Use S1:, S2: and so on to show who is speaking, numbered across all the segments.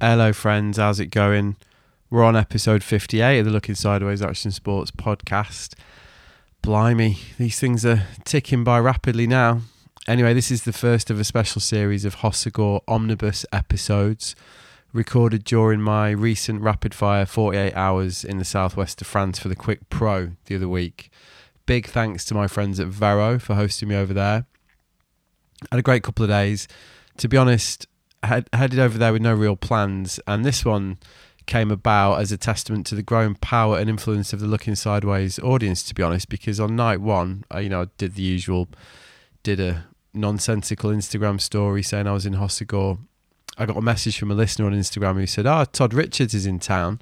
S1: Hello, friends. How's it going? We're on episode 58 of the Looking Sideways Action Sports podcast. Blimey, these things are ticking by rapidly now. Anyway, this is the first of a special series of Hossegor omnibus episodes recorded during my recent rapid fire 48 hours in the southwest of France for the Quick Pro the other week. Big thanks to my friends at Vero for hosting me over there. Had a great couple of days. To be honest, head, headed over there with no real plans, and this one came about as a testament to the growing power and influence of the Looking Sideways audience. To be honest, because on night one, I, you know, I did the usual, did a nonsensical Instagram story saying I was in Hossegor. I got a message from a listener on Instagram who said, "Ah, Todd Richards is in town.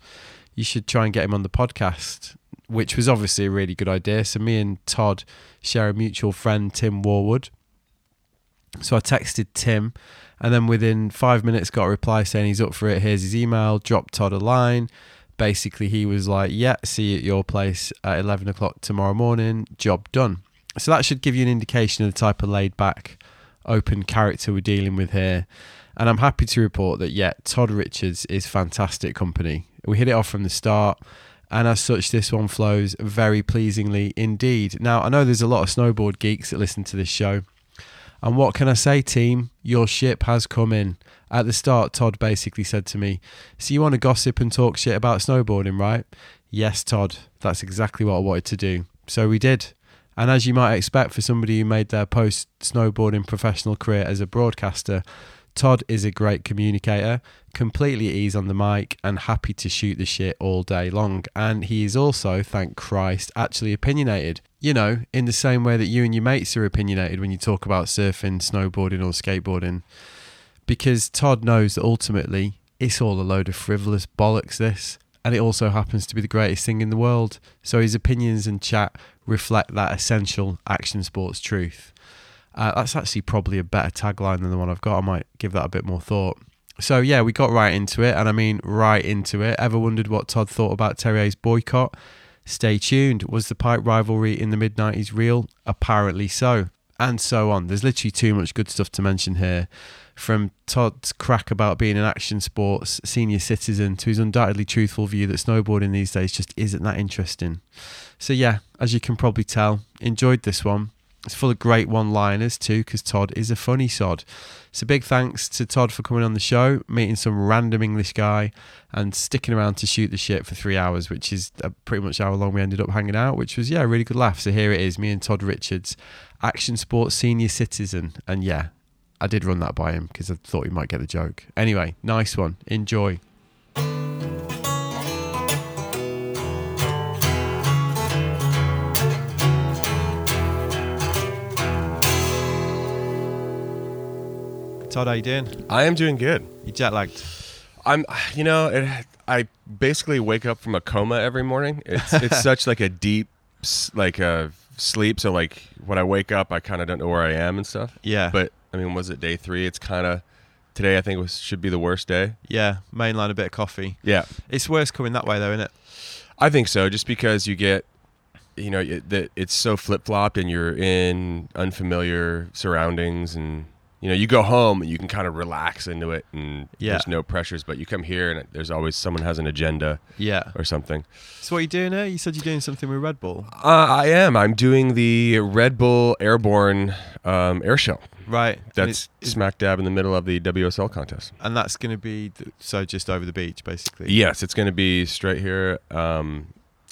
S1: You should try and get him on the podcast." Which was obviously a really good idea. So me and Todd share a mutual friend, Tim Warwood. So I texted Tim, and then within five minutes got a reply saying he's up for it. Here's his email. Dropped Todd a line. Basically, he was like, "Yeah, see you at your place at eleven o'clock tomorrow morning. Job done." So that should give you an indication of the type of laid back, open character we're dealing with here. And I'm happy to report that yeah, Todd Richards is fantastic company. We hit it off from the start. And as such, this one flows very pleasingly indeed. Now, I know there's a lot of snowboard geeks that listen to this show, and what can I say, team? Your ship has come in. At the start, Todd basically said to me, So you want to gossip and talk shit about snowboarding, right? Yes, Todd. That's exactly what I wanted to do. So we did. And as you might expect for somebody who made their post snowboarding professional career as a broadcaster, Todd is a great communicator, completely at ease on the mic, and happy to shoot the shit all day long. And he is also, thank Christ, actually opinionated. You know, in the same way that you and your mates are opinionated when you talk about surfing, snowboarding, or skateboarding. Because Todd knows that ultimately it's all a load of frivolous bollocks, this. And it also happens to be the greatest thing in the world. So his opinions and chat reflect that essential action sports truth. Uh, that's actually probably a better tagline than the one I've got. I might give that a bit more thought. So yeah, we got right into it, and I mean right into it. Ever wondered what Todd thought about Terrier's boycott? Stay tuned. Was the pipe rivalry in the mid '90s real? Apparently so, and so on. There's literally too much good stuff to mention here, from Todd's crack about being an action sports senior citizen to his undoubtedly truthful view that snowboarding these days just isn't that interesting. So yeah, as you can probably tell, enjoyed this one. It's full of great one liners too, because Todd is a funny sod. So big thanks to Todd for coming on the show, meeting some random English guy, and sticking around to shoot the shit for three hours, which is uh, pretty much how long we ended up hanging out, which was, yeah, a really good laugh. So here it is, me and Todd Richards, Action Sports Senior Citizen. And yeah, I did run that by him because I thought he might get the joke. Anyway, nice one. Enjoy. Todd, how you doing?
S2: I am doing good.
S1: You jet lagged?
S2: I'm, you know, it, I basically wake up from a coma every morning. It's it's such like a deep s- like a sleep. So like when I wake up, I kind of don't know where I am and stuff.
S1: Yeah.
S2: But I mean, was it day three? It's kind of today. I think was should be the worst day.
S1: Yeah, mainline a bit of coffee.
S2: Yeah,
S1: It's worse coming that way though, isn't it?
S2: I think so. Just because you get, you know, it, that it's so flip flopped and you're in unfamiliar surroundings and. You know, you go home and you can kind of relax into it, and
S1: Yeah.
S2: there's no pressures. But you come here, and there's always someone has an agenda
S1: Yeah.
S2: or something.
S1: So what are you doing here? You said you're doing something with Red Bull.
S2: Uh, I am. I'm doing the Red Bull Airborne um, Air Show.
S1: Right. And
S2: That's
S1: it's-
S2: smack dab in the middle of the WSL contest.
S1: and that's going to be th- so just over the beach basically
S2: Yes, it's going to be straight here um,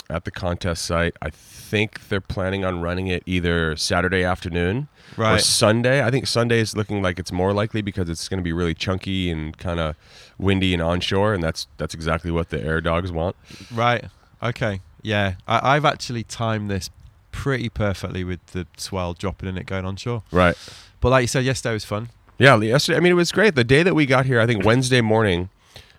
S2: at the contest site. I think they're planning on running it either Saturday afternoon or
S1: right
S2: Sunday. I think Sunday is looking like it's more likely because it's going to be really chunky and kind of windy and onshore, and that's that's exactly what the air dogs want.
S1: right okay yeah I, i've actually timed this pretty perfectly with the swell dropping and it going onshore
S2: Right.
S1: but like you said yesterday was fun
S2: Yeah. Yesterday, I mean, it was great. The day that we got here, I think Wednesday morning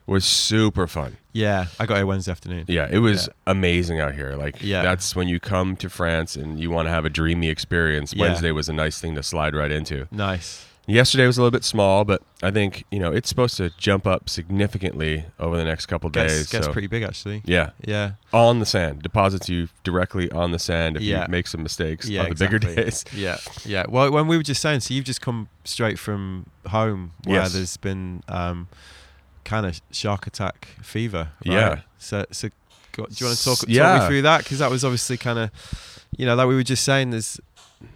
S2: was super fun.
S1: yeah i got here wednesday afternoon
S2: Yeah, it was
S1: Yeah.
S2: amazing out here. Like,
S1: Yeah.
S2: that's when you come to France and you want to have a dreamy experience.
S1: Yeah.
S2: Wednesday was a nice thing to slide right into.
S1: nice
S2: Yesterday was a little bit small, but I think you know it's supposed to jump up significantly over the next couple
S1: gets,
S2: days.
S1: gets
S2: so-
S1: pretty big actually
S2: yeah,
S1: yeah
S2: on the sand deposits you directly on the sand if
S1: Yeah.
S2: you make some mistakes
S1: yeah
S2: on the
S1: exactly.
S2: bigger days.
S1: yeah yeah well when we were just saying so you've just come straight from home where
S2: Yes.
S1: there's been um kind of shark attack fever. Right?
S2: Yeah.
S1: So, so go, do you want to talk,
S2: S-
S1: talk me
S2: yeah.
S1: through that? Because that was obviously kind of, you know, like we were just saying, there's,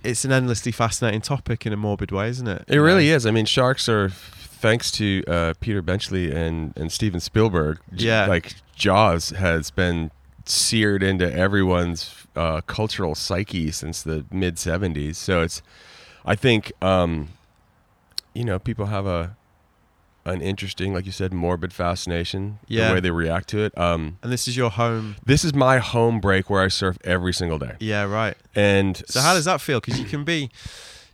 S1: it's an endlessly fascinating topic in a morbid way, isn't it?
S2: It really is. I mean, sharks are, thanks to uh, Peter Benchley and and Steven Spielberg, j-
S1: Yeah.
S2: like Jaws has been seared into everyone's uh, cultural psyche since the mid '70s. So it's, I think, um, you know, people have a an interesting, like you said, morbid fascination.
S1: Yeah.
S2: The way they react to it. Um,
S1: And this is your home.
S2: this is my home break where I surf every single day.
S1: Yeah, right.
S2: And
S1: So how does that feel? Because you can be,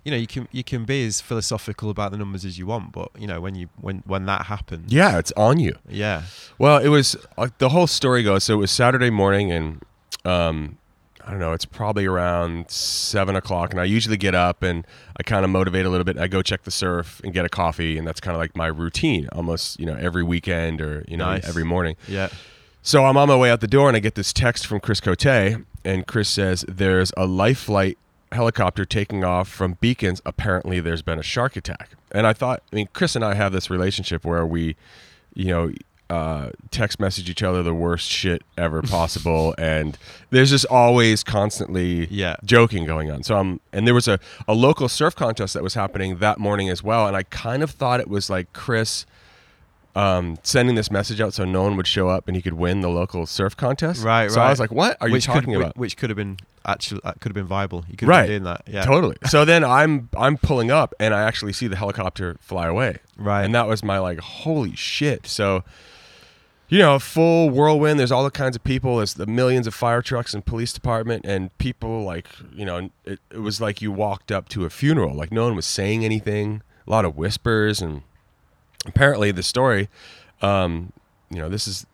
S1: you know, you can you can be as philosophical about the numbers as you want, but you know when you when when that happens,
S2: yeah, it's on you.
S1: yeah,
S2: Well, it was uh, the whole story goes. So it was Saturday morning, and um, I don't know. It's probably around seven o'clock, and I usually get up and I kind of motivate a little bit. I go check the surf and get a coffee, and that's kind of like my routine, almost you know every weekend or you know
S1: Nice.
S2: every morning.
S1: yeah,
S2: So I'm on my way out the door, and I get this text from Chris Cote, and Chris says there's a life flight helicopter taking off from Beacons. Apparently, there's been a shark attack, and I thought, I mean, Chris and I have this relationship where we, you know. Uh, text message each other the worst shit ever possible, and there's just always constantly
S1: Yeah.
S2: joking going on. So um, and there was a, a local surf contest that was happening that morning as well, and I kind of thought it was like Chris um, sending this message out so no one would show up and he could win the local surf contest.
S1: Right,
S2: So I
S1: right.
S2: was like, what are
S1: which
S2: you talking
S1: could,
S2: about?
S1: Which could have been actually uh, could have been viable. You could
S2: Right.
S1: have been doing that, yeah,
S2: Totally. So then I'm I'm pulling up and I actually see the helicopter fly away.
S1: right,
S2: And that was my like, holy shit. So, you know, full whirlwind. There's all the kinds of people. There's the millions of fire trucks and police department and people like, you know, it, it was like you walked up to a funeral. Like no one was saying anything. A lot of whispers and apparently the story, um, you know, this is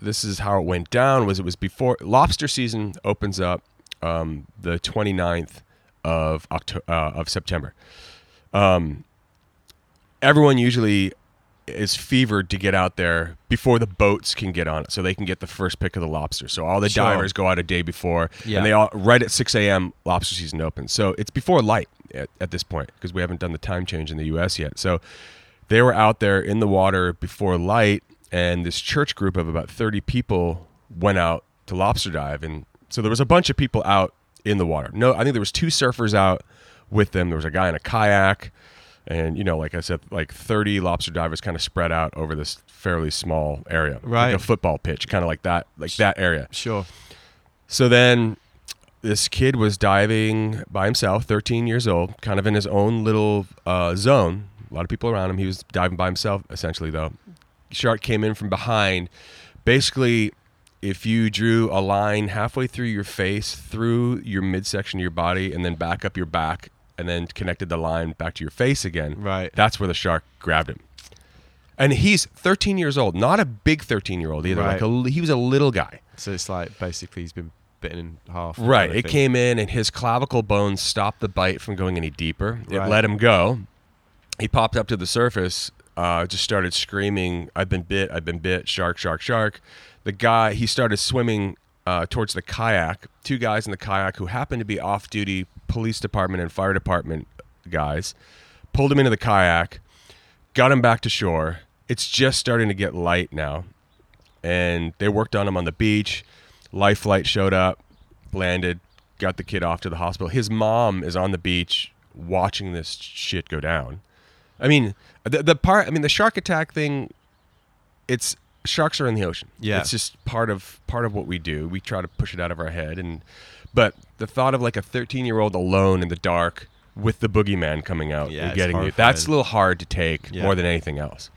S2: this is how it went down was it was before lobster season opens up um, the 29th of October uh, of September. Um, everyone usually is fevered to get out there before the boats can get on it, so they can get the first pick of the lobster. So all the
S1: Sure.
S2: divers go out a day before,
S1: Yeah.
S2: and they all right at 6 a.m. Lobster season opens. So it's before light at, at this point because we haven't done the time change in the U.S. yet. So they were out there in the water before light, and this church group of about 30 people went out to lobster dive, and so there was a bunch of people out in the water. No, I think there was two surfers out with them. There was a guy in a kayak, and you know, like I said, like 30 lobster divers kind of spread out over this fairly small area,
S1: Right.
S2: Like a football pitch, kind of like that, like that area.
S1: sure,
S2: So then this kid was diving by himself, 13 years old, kind of in his own little uh, zone. A lot of people around him. He was diving by himself, essentially, though. Shark came in from behind. Basically, if you drew a line halfway through your face, through your midsection of your body, and then back up your back, and then connected the line back to your face again,
S1: Right.
S2: that's where the shark grabbed him. And he's 13 years old, not a big 13 year old either.
S1: Right.
S2: Like a, l- he was a little guy.
S1: so it's like basically he's been bitten in half, kind
S2: Right.
S1: of
S2: It
S1: thing.
S2: came in and his clavicle bone stopped the bite from going any deeper. It
S1: Right.
S2: let him go. He popped up to the surface, uh, just started screaming, I've been bit, I've been bit, shark, shark, shark. The guy, he started swimming uh, towards the kayak. Two guys in the kayak who happened to be off duty police department and fire department guys pulled him into the kayak, got him back to shore. It's just starting to get light now and they worked on him on the beach. Life flight showed up, landed, got the kid off to the hospital. His mom is on the beach watching this shit go down. I mean, the, the part, I mean, the shark attack thing, it's sharks are in the ocean.
S1: Yeah.
S2: It's just part of, part of what we do. We try to push it out of our head. And, but the thought of like a 13 year old alone in the dark with the boogeyman coming out
S1: Yeah,
S2: and
S1: it's
S2: getting you,
S1: horrifying.
S2: that's a little hard to take
S1: Yeah.
S2: more than anything else.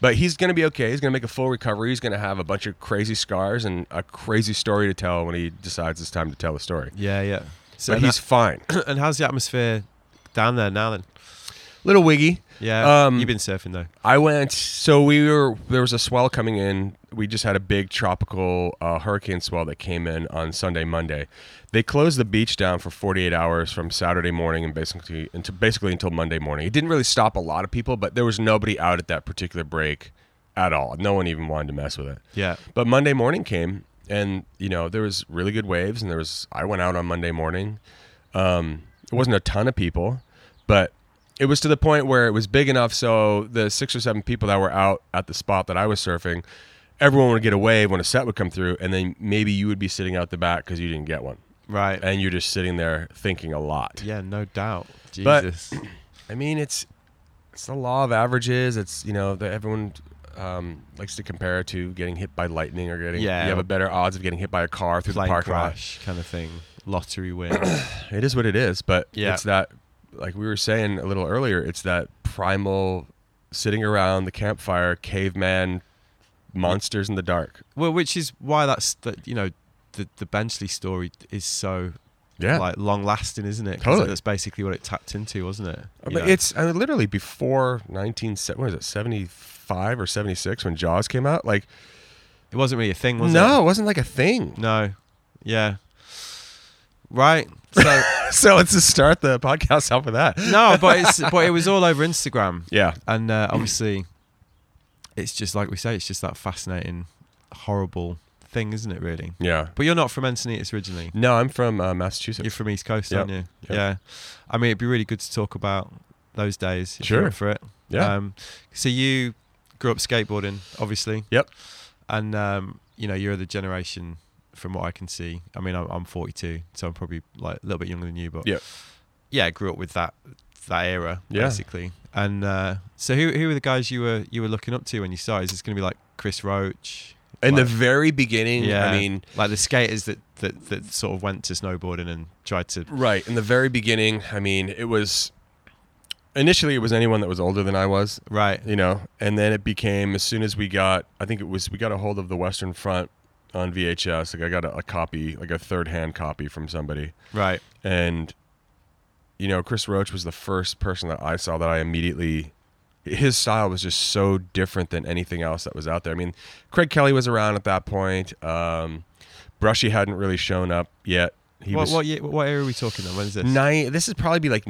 S2: But he's going to be okay. He's going to make a full recovery. He's going to have a bunch of crazy scars and a crazy story to tell when he decides it's time to tell the story.
S1: yeah, yeah. So
S2: So he's fine.
S1: and how's the atmosphere down there now then?
S2: little wiggy.
S1: Yeah,
S2: Um,
S1: you've been surfing though,
S2: I went. So we were. There was a swell coming in. We just had a big tropical uh, hurricane swell that came in on Sunday, Monday. They closed the beach down for 48 hours from Saturday morning and basically until basically until Monday morning. It didn't really stop a lot of people, but there was nobody out at that particular break at all. No one even wanted to mess with it.
S1: yeah,
S2: But Monday morning came, and you know there was really good waves, and there was I went out on Monday morning. Um, it wasn't a ton of people, but it was to the point where it was big enough so the six or seven people that were out at the spot that I was surfing, everyone would get a wave when a set would come through, and then maybe you would be sitting out the back because you didn't get one,
S1: Right.
S2: and you're just sitting there thinking a lot.
S1: Yeah, no doubt.
S2: But-
S1: Jesus.
S2: I mean, it's it's the law of averages. It's you know that everyone um, likes to compare it to getting hit by lightning or getting
S1: Yeah.
S2: you have a better odds of getting hit by a car through the
S1: Plane
S2: parking lot.
S1: crash kind of thing. Lottery win.
S2: It is what it is, but
S1: Yeah.
S2: it's that like we were saying a little earlier, it's that primal sitting around the campfire, caveman monsters in the dark.
S1: well, which is why that's the, you know the the Benchley story is so
S2: Yeah.
S1: like long lasting, isn't it? 'Cause
S2: Totally.
S1: That's basically what it tapped into, wasn't it?
S2: I
S1: You
S2: mean,
S1: know?
S2: it's I mean, literally before 19 se- what is it 75 or 76 when Jaws came out like
S1: it wasn't really a thing, was
S2: no,
S1: it?
S2: it wasn't like a thing.
S1: No. Yeah. Right. So
S2: So let's just start the podcast off with that.
S1: no, but it's but it was all over Instagram,
S2: Yeah.
S1: and uh, obviously, it's just like we say, it's just that fascinating, horrible thing, isn't it? Really.
S2: Yeah.
S1: But you're not from Encinitas originally.
S2: No, I'm from uh, Massachusetts.
S1: You're from East Coast,
S2: Yep.
S1: aren't you?
S2: Yep.
S1: Yeah. I mean, it'd be really good to talk about those days. If
S2: Sure.
S1: You're up for it.
S2: yeah.
S1: Um, so you grew up skateboarding, obviously.
S2: Yep.
S1: And um, you know, you're the generation, from what I can see. I mean, I'm, I'm 42, so I'm probably like a little bit younger than you, but
S2: Yep.
S1: yeah, I grew up with that that era
S2: Yeah.
S1: basically. And uh, so who who were the guys you were you were looking up to when you started? Is this going to be like Chris Roach?
S2: In the
S1: like-
S2: very beginning,
S1: Yeah.
S2: Mm, I mean,
S1: Like the skaters that, that, that sort of went to snowboarding and tried to
S2: Right. In the very beginning, I mean, it was initially it was anyone that was older than I was,
S1: right
S2: you know, and then it became as soon as we got, I think it was we got a hold of the Western Front on VHS. Like I got a, a copy, like a third hand copy from somebody,
S1: right
S2: and you know, Chris Roach was the first person that I saw that I immediately. His style was just so different than anything else that was out there. I mean, Craig Kelly was around at that point. Um, Brushy hadn't really shown up yet. He
S1: what
S2: was
S1: what, year, what era are we talking then? When is this?
S2: Nine, this is probably be like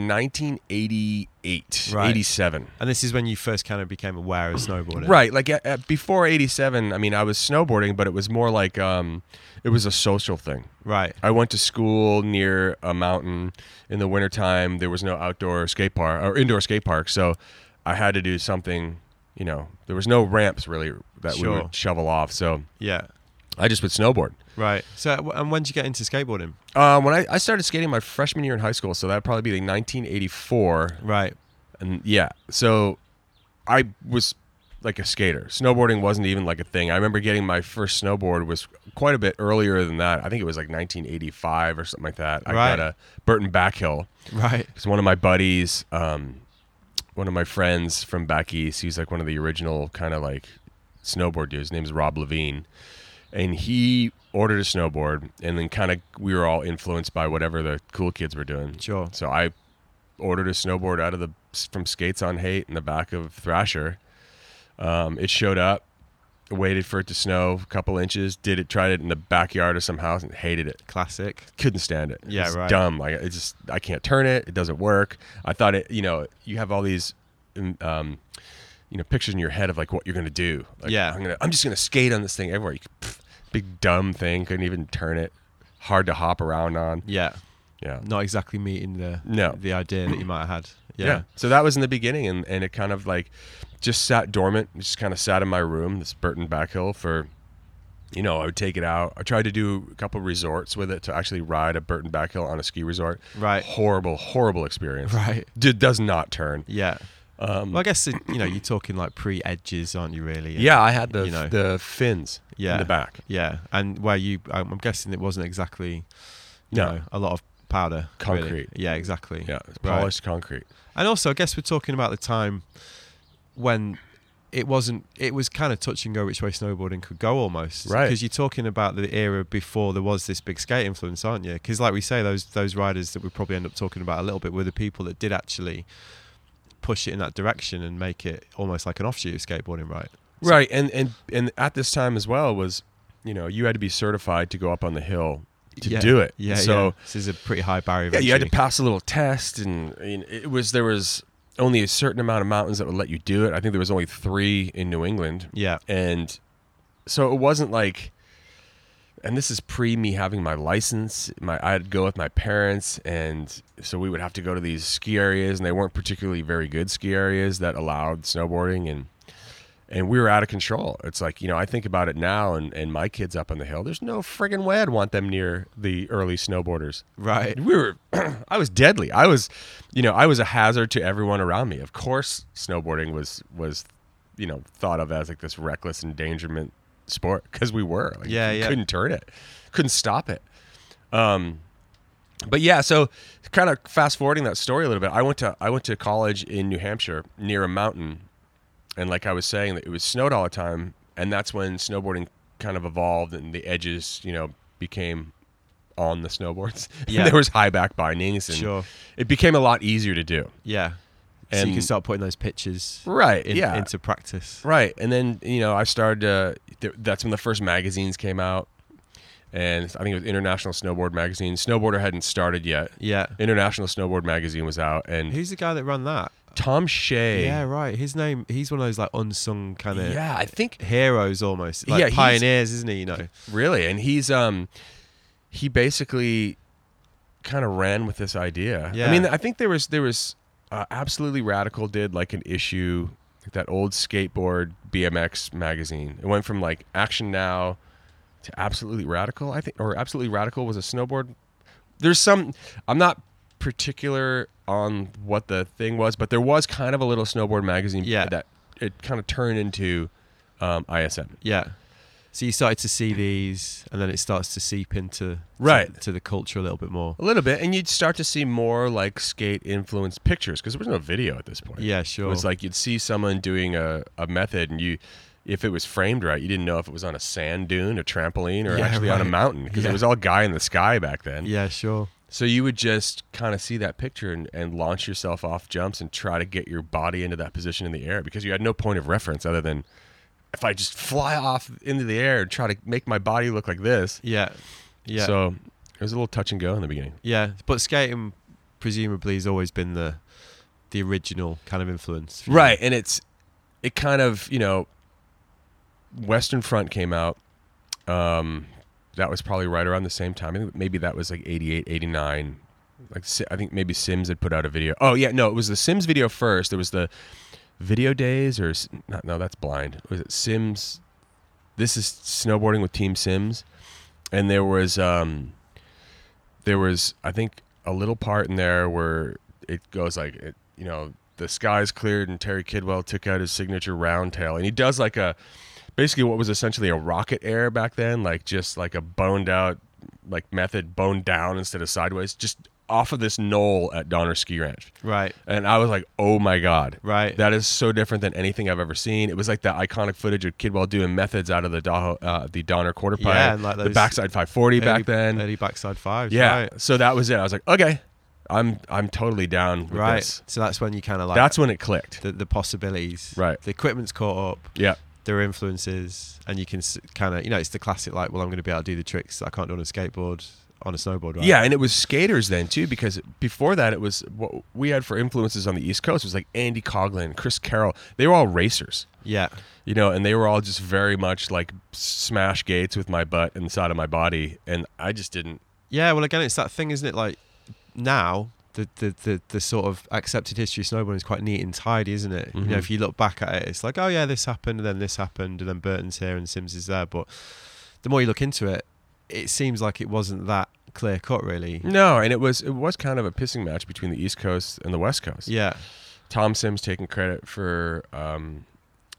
S2: 1988,
S1: Right.
S2: 87.
S1: and this is when you first kind of became aware of snowboarding.
S2: Right, like at, at, before 87, I mean, I was snowboarding, but it was more like um, it was a social thing.
S1: Right.
S2: I went to school near a mountain in the wintertime. There was no outdoor skate park or indoor skate park, so I had to do something, you know, there was no ramps really that we
S1: Sure.
S2: would shovel off, so
S1: Yeah.
S2: I just would snowboard.
S1: Right. So w- and when did you get into skateboarding?
S2: Uh, when I, I started skating my freshman year in high school, so that'd probably be like 1984.
S1: Right.
S2: and yeah so i was like a skater snowboarding wasn't even like a thing i remember getting my first snowboard was quite a bit earlier than that i think it was like 1985 or something like that i
S1: Right.
S2: got a burton backhill
S1: Right.
S2: because one of my buddies um, one of my friends from back east he's like one of the original kind of like snowboard dudes his name's rob levine and he ordered a snowboard and then kind of we were all influenced by whatever the cool kids were doing
S1: Sure.
S2: so I ordered a snowboard out of the from Skates on Hate in the back of Thrasher. Um, it showed up, waited for it to snow a couple inches, did it, tried it in the backyard of some house and hated it.
S1: Classic.
S2: Couldn't stand it. It
S1: Yeah,
S2: was
S1: right.
S2: Dumb. Like it just I can't turn it. It doesn't work. I thought it. You know, you have all these. Um, you know, pictures in your head of like what you're gonna do. Like,
S1: Yeah.
S2: I'm gonna. I'm just gonna skate on this thing everywhere. You, pff, big dumb thing. Couldn't even turn it. Hard to hop around on.
S1: Yeah.
S2: Yeah.
S1: Not exactly meeting the
S2: No.
S1: the idea that you might have had. Yeah.
S2: Yeah. So that was in the beginning, and, and it kind of like just sat dormant. It just kind of sat in my room, this Burton Backhill for, you know, I would take it out. I tried to do a couple resorts with it to actually ride a Burton Backhill on a ski resort.
S1: Right.
S2: Horrible, horrible experience.
S1: Right.
S2: Did, does not turn.
S1: Yeah.
S2: Um,
S1: Well, I guess it- you know you're talking like pre edges, aren't you? Really.
S2: yeah, I had the
S1: You know.
S2: the fins
S1: Yeah.
S2: in the back.
S1: Yeah. And where you, I'm I'm guessing it wasn't exactly, you
S2: No.
S1: know, a lot of powder. really.
S2: Concrete.
S1: Yeah. Exactly.
S2: Yeah, it's
S1: Right.
S2: polished concrete.
S1: And also, I guess we're talking about the time when it wasn't. It was kind of touch and go which way snowboarding could go almost.
S2: Right.
S1: Because you're talking about the era before there was this big skate influence, aren't you? Because like we say, those those riders that we probably end up talking about a little bit were the people that did actually push it in that direction and make it almost like an offshoot of skateboarding, right? So-
S2: right and and and at this time as well was you know you had to be certified to go up on the hill to
S1: Yeah,
S2: do it
S1: Yeah.
S2: so
S1: yeah. this is a pretty high barrier. of
S2: Yeah, you had to
S1: entry.
S2: pass a little test, and I mean, it was there was only a certain amount of mountains that would let you do it. I think there was only three in New England,
S1: Yeah.
S2: and so it wasn't like and this is pre me having my license. My I'd go with my parents, and so we would have to go to these ski areas, and they weren't particularly very good ski areas that allowed snowboarding, and and we were out of control. It's like you know I think about it now, and and my kids up on the hill. There's no friggin' way I'd want them near the early snowboarders.
S1: Right.
S2: We were, I was deadly. I was, you know, I was a hazard to everyone around me. Of course, snowboarding was was, you know, thought of as like this reckless endangerment sport because we were. Like,
S1: Yeah, yeah.
S2: Couldn't turn it, couldn't stop it. Um, but yeah, so kind of fast forwarding that story a little bit. I went to I went to college in New Hampshire near a mountain, and like I was saying, it was snowed all the time, and that's when snowboarding kind of evolved and the edges, you know, became on the snowboards.
S1: Yeah.
S2: there was high back bindings, and
S1: Sure.
S2: it became a lot easier to do.
S1: Yeah. so you
S2: And-
S1: can start putting those pictures
S2: Right.
S1: in,
S2: yeah.
S1: into practice.
S2: Right, and then you know I started. To, th- that's when the first magazines came out, and I think it was International Snowboard Magazine. Snowboarder hadn't started yet.
S1: Yeah.
S2: International Snowboard Magazine was out, and
S1: Who's the guy that run that?
S2: Tom Shea.
S1: Yeah, right. His name. He's one of those like unsung kind of
S2: yeah, I think
S1: heroes almost. Like
S2: Yeah, he's-
S1: pioneers, isn't he? You know.
S2: really, and he's um, he basically kind of ran with this idea.
S1: Yeah.
S2: I mean, I think there was there was uh, absolutely radical did like an issue like that old skateboard BMX magazine. It went from like Action Now to Absolutely Radical, I think, or Absolutely Radical was a snowboard. There's some. I'm not particular on what the thing was, but there was kind of a little snowboard magazine
S1: Yeah.
S2: that it kind of turned into um, ISM.
S1: Yeah. So you started to see these, and then it starts to seep into
S2: Right.
S1: to, to the culture a little bit more.
S2: A little bit, and you'd start to see more like skate influenced pictures because there was no video at this point.
S1: Yeah,
S2: It
S1: sure.
S2: was like you'd see someone doing a, a method, and you, if it was framed right, you didn't know if it was on a sand dune, a trampoline, or
S1: Yeah,
S2: actually on a
S1: right.
S2: mountain because
S1: Yeah.
S2: it was all guy in the sky back then.
S1: yeah, sure.
S2: So you would just kind of see that picture and, and launch yourself off jumps and try to get your body into that position in the air because you had no point of reference other than if I just fly off into the air and try to make my body look like this.
S1: Yeah. Yeah.
S2: So it was a little touch and go in the beginning.
S1: yeah. But skating presumably has always been the the original kind of influence. for you.
S2: right and it's it kind of you know western front came out um that was probably right around the same time i think maybe that was like 88 89 like Si- i think maybe sims had put out a video oh yeah no it was the sims video first there was the video days or S- not, no that's blind was it sims this is snowboarding with team sims and there was um there was I think a little part in there where it goes like it, you know the sky's cleared and Terry Kidwell took out his signature round tail and he does like a basically what was essentially a rocket air back then like just like a boned out like method boned down instead of sideways just off of this knoll at Donner Ski Ranch
S1: Right.
S2: and I was like oh my god
S1: Right.
S2: that is so different than anything I've ever seen. It was like that iconic footage of Kidwell doing methods out of the Daho, uh, the Donner quarter pipe,
S1: Yeah, and like
S2: the
S1: those
S2: backside 540
S1: Early-
S2: back then.
S1: Early backside fives.
S2: Yeah.
S1: Right.
S2: So that was it. I was like, okay, I'm I'm totally down with
S1: Right.
S2: this.
S1: So that's when you kind of like
S2: That's when it clicked.
S1: the, the possibilities.
S2: Right.
S1: The equipment's caught up.
S2: Yeah.
S1: There are influences, and you can kind of you know it's the classic like, well, I'm going to be able to do the tricks that I can't do on a skateboard on a snowboard. Right?
S2: Yeah, and it was skaters then too, because before that it was what we had for influences on the East Coast was like Andy Coglin, Chris Carroll. They were all racers,
S1: Yeah.
S2: you know, and they were all just very much like smash gates with my butt and the side of my body, and I just didn't.
S1: Yeah, well, again, it's that thing, isn't it? Like now, the the the, the sort of accepted history of snowboarding is quite neat and tidy, isn't it? You know,
S2: Mhm.
S1: if you look back at it, it's like, oh yeah, this happened, and then this happened, and then Burton's here and Sims is there. But the more you look into it, it seems like it wasn't that clear cut, really.
S2: No, and it was it was kind of a pissing match between the East Coast and the West Coast.
S1: Yeah,
S2: Tom Sims taking credit for um,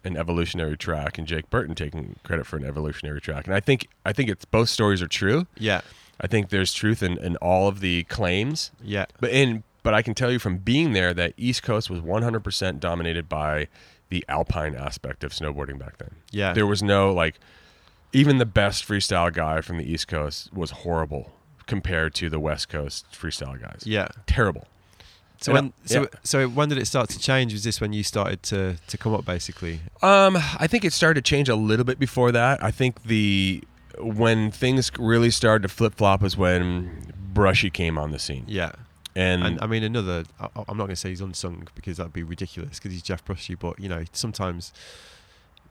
S2: an evolutionary track, and Jake Burton taking credit for an evolutionary track. And I think I think it's both stories are true.
S1: yeah,
S2: I think there's truth in, in all of the claims,
S1: yeah,
S2: but in but I can tell you from being there that East Coast was 100% dominated by the alpine aspect of snowboarding back then.
S1: yeah.
S2: There was no like even the best freestyle guy from the East Coast was horrible compared to the West Coast freestyle guys.
S1: yeah.
S2: Terrible.
S1: So
S2: And I-
S1: when so
S2: yeah.
S1: so when did it start to change? Was this when you started to to come up basically?
S2: Um, I think it started to change a little bit before that. I think the when things really started to flip flop was when Brushy came on the scene,
S1: Yeah,
S2: and,
S1: and I mean another. I, I'm not going to say he's unsung because that'd be ridiculous because he's Jeff Brushy, but you know sometimes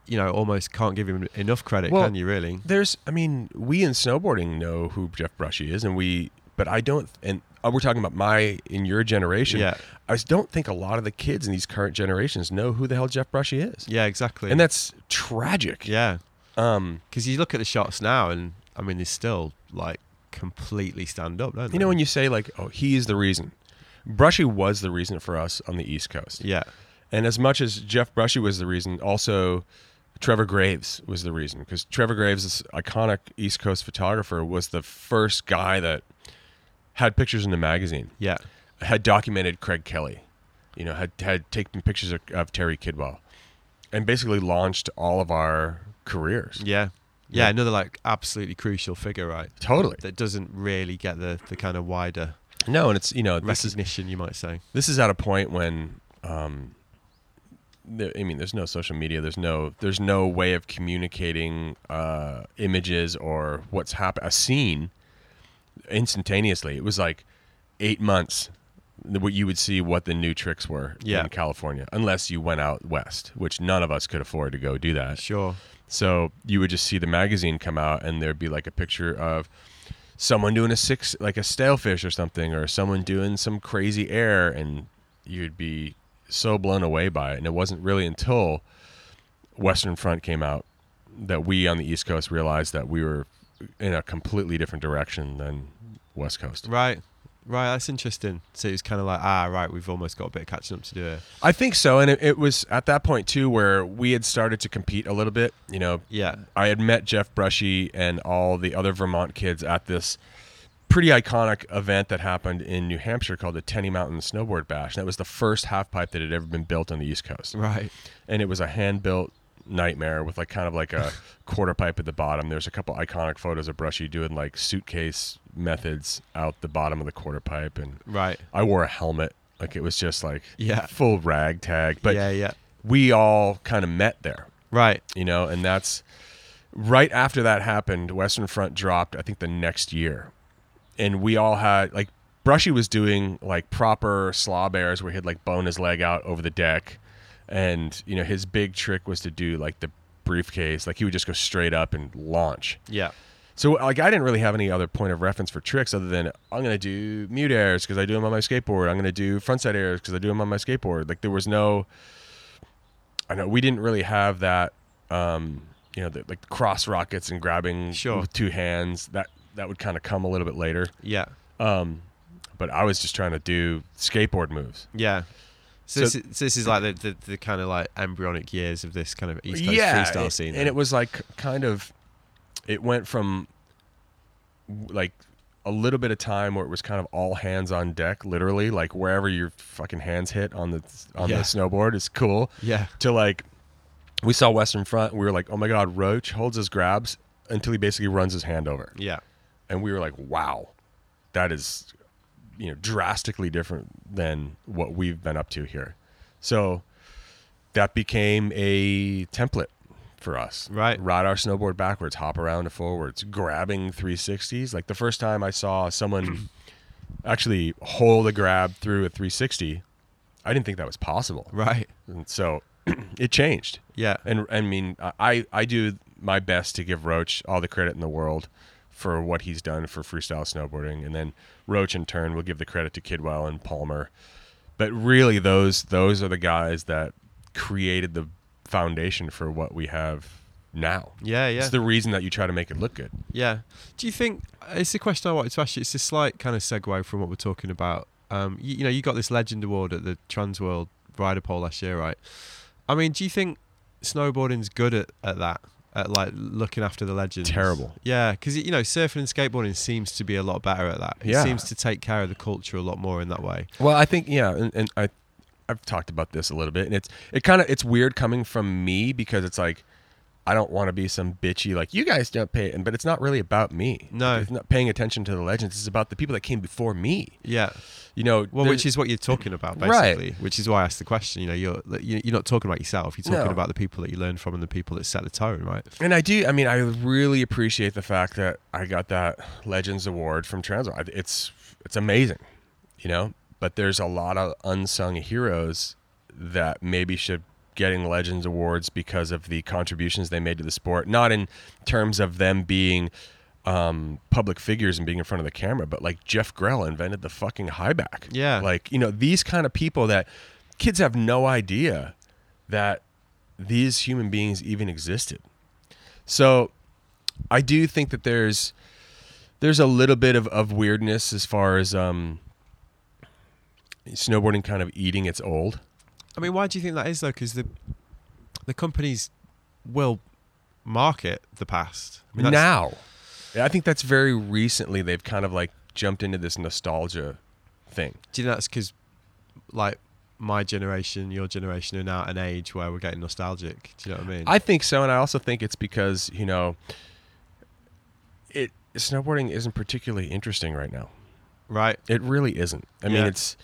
S1: you know almost can't give him enough credit,
S2: Well,
S1: can you? Really?
S2: There's, I mean, we in snowboarding know who Jeff Brushy is, and we, but I don't, and uh, we're talking about my in your generation.
S1: Yeah.
S2: I just don't think a lot of the kids in these current generations know who the hell Jeff Brushy is,
S1: Yeah, exactly.
S2: and that's tragic.
S1: yeah,
S2: Um,
S1: because you look at the shots now, and I mean, they still like completely stand up, don't they?
S2: you know, when you say like, oh, he is the reason. Brushy was the reason for us on the East Coast,
S1: yeah,
S2: and as much as Jeff Brushy was the reason, also. Trevor Graves was the reason because Trevor Graves, this iconic East Coast photographer, was the first guy that had pictures in the magazine.
S1: yeah,
S2: had documented Craig Kelly, you know, had had taken pictures of, of Terry Kidwell, and basically launched all of our careers.
S1: yeah, yeah. Another like absolutely crucial figure, right?
S2: Totally.
S1: That doesn't really get the the kind of wider
S2: No, and it's you know this is
S1: recognition, you might say.
S2: this is at a point when, um, there, I mean, there's no social media, there's no there's no way of communicating uh, images or what's happened a scene instantaneously. It was like eight months. What you would see what the new tricks were
S1: Yeah.
S2: in California, unless you went out west, which none of us could afford to go do that.
S1: Sure.
S2: So you would just see the magazine come out, and there'd be like a picture of someone doing a six, like a stalefish or something, or someone doing some crazy air, and you'd be so blown away by it. And it wasn't really until Western Front came out that we on the East Coast realized that we were in a completely different direction than West Coast.
S1: Right. Right, that's interesting. So it was kind of like, ah, right, we've almost got a bit of catching up to do. here.
S2: I think so, and it, it was at that point too where we had started to compete a little bit. You know,
S1: Yeah,
S2: I had met Jeff Brushy and all the other Vermont kids at this pretty iconic event that happened in New Hampshire called the Tenny Mountain Snowboard Bash. That was the first half pipe that had ever been built on the East Coast.
S1: right.
S2: And it was a hand built nightmare with like kind of like a quarter pipe at the bottom. There's a couple iconic photos of Brushy doing like suitcase methods out the bottom of the quarter pipe and
S1: Right.
S2: I wore a helmet. Like it was just like
S1: Yeah.
S2: full ragtag. But
S1: yeah, yeah.
S2: we all kind of met there
S1: Right.
S2: you know and that's right after that happened western front dropped i think the next year and we all had like brushy was doing like proper slaw bears where he'd like bone his leg out over the deck and you know his big trick was to do like the briefcase like he would just go straight up and launch
S1: Yeah.
S2: so like I didn't really have any other point of reference for tricks other than I'm gonna do mute airs because I do them on my skateboard. I'm gonna do frontside airs because I do them on my skateboard. Like there was no, I know we didn't really have that. Um, you know, the, like the cross rockets and grabbing
S1: Sure.
S2: with two hands. That that would kind of come a little bit later.
S1: Yeah.
S2: Um, but I was just trying to do skateboard moves.
S1: Yeah. So,
S2: So-
S1: this, is, so this is like the, the, the kind of like embryonic years of this kind of East Coast freestyle
S2: and-
S1: scene.
S2: And
S1: then.
S2: it was like kind of, it went from like a little bit of time where it was kind of all hands on deck, literally, like wherever your fucking hands hit on the on
S1: Yeah.
S2: the snowboard is cool.
S1: yeah.
S2: To like, we saw Western Front. We were like, oh my god, Roach holds his grabs until he basically runs his hand over,
S1: Yeah.
S2: and we were like, wow, that is, you know, drastically different than what we've been up to here. So that became a template for us.
S1: Right.
S2: Ride our snowboard backwards, hop around to forwards, grabbing 360s. Like the first time I saw someone actually hold a grab through a 360, I didn't think that was possible.
S1: Right.
S2: And so it changed.
S1: Yeah.
S2: And I mean, I I do my best to give Roach all the credit in the world for what he's done for freestyle snowboarding, and then Roach in turn will give the credit to Kidwell and Palmer. But really, those those are the guys that created the foundation for what we have now.
S1: Yeah. Yeah.
S2: It's the reason that you try to make it look good.
S1: Yeah. Do you think uh, it's a question I wanted to ask you? It's a slight kind of segue from what we're talking about. Um, you, you know, you got this legend award at the Transworld Rider Poll last year, right? I mean, do you think snowboarding's good at, at that? At like looking after the legends?
S2: Terrible.
S1: Yeah, because you know, surfing and skateboarding seems to be a lot better at that. It
S2: Yeah.
S1: seems to take care of the culture a lot more in that way.
S2: Well, I think yeah, and, and I I've talked about this a little bit, and it's it kind of it's weird coming from me because it's like I don't want to be some bitchy like you guys don't pay, and but it's not really about me.
S1: No.
S2: it's not paying attention to the legends. It's about the people that came before me.
S1: Yeah.
S2: You know,
S1: Well,
S2: there's-
S1: which is what you're talking about,
S2: Right.
S1: basically. Which is why I asked the question. You know, you're like, you- you're not talking about yourself. You're talking
S2: No.
S1: about the people that you learned from and the people that set the tone, right?
S2: and I do. I mean, I really appreciate the fact that I got that Legends Award from Transworld. I- It's it's amazing, you know. But there's a lot of unsung heroes that maybe should getting Legends awards because of the contributions they made to the sport, not in terms of them being um, public figures and being in front of the camera, but like Jeff Grell invented the fucking high back.
S1: Yeah.
S2: Like, you know, these kind of people that kids have no idea that these human beings even existed. So I do think that there's there's a little bit of, of weirdness as far as um, snowboarding kind of eating its old.
S1: I mean, why do you think that is though? Because the the companies will market the past. I mean, that's-
S2: now. I think that's very recently they've kind of like jumped into this nostalgia thing.
S1: do you think that's because like my generation, your generation are now at an age where we're getting nostalgic? Do you know what I mean?
S2: I think so, and I also think it's because you know, it snowboarding isn't particularly interesting right now.
S1: right.
S2: It really isn't. I mean,
S1: Yeah.
S2: it's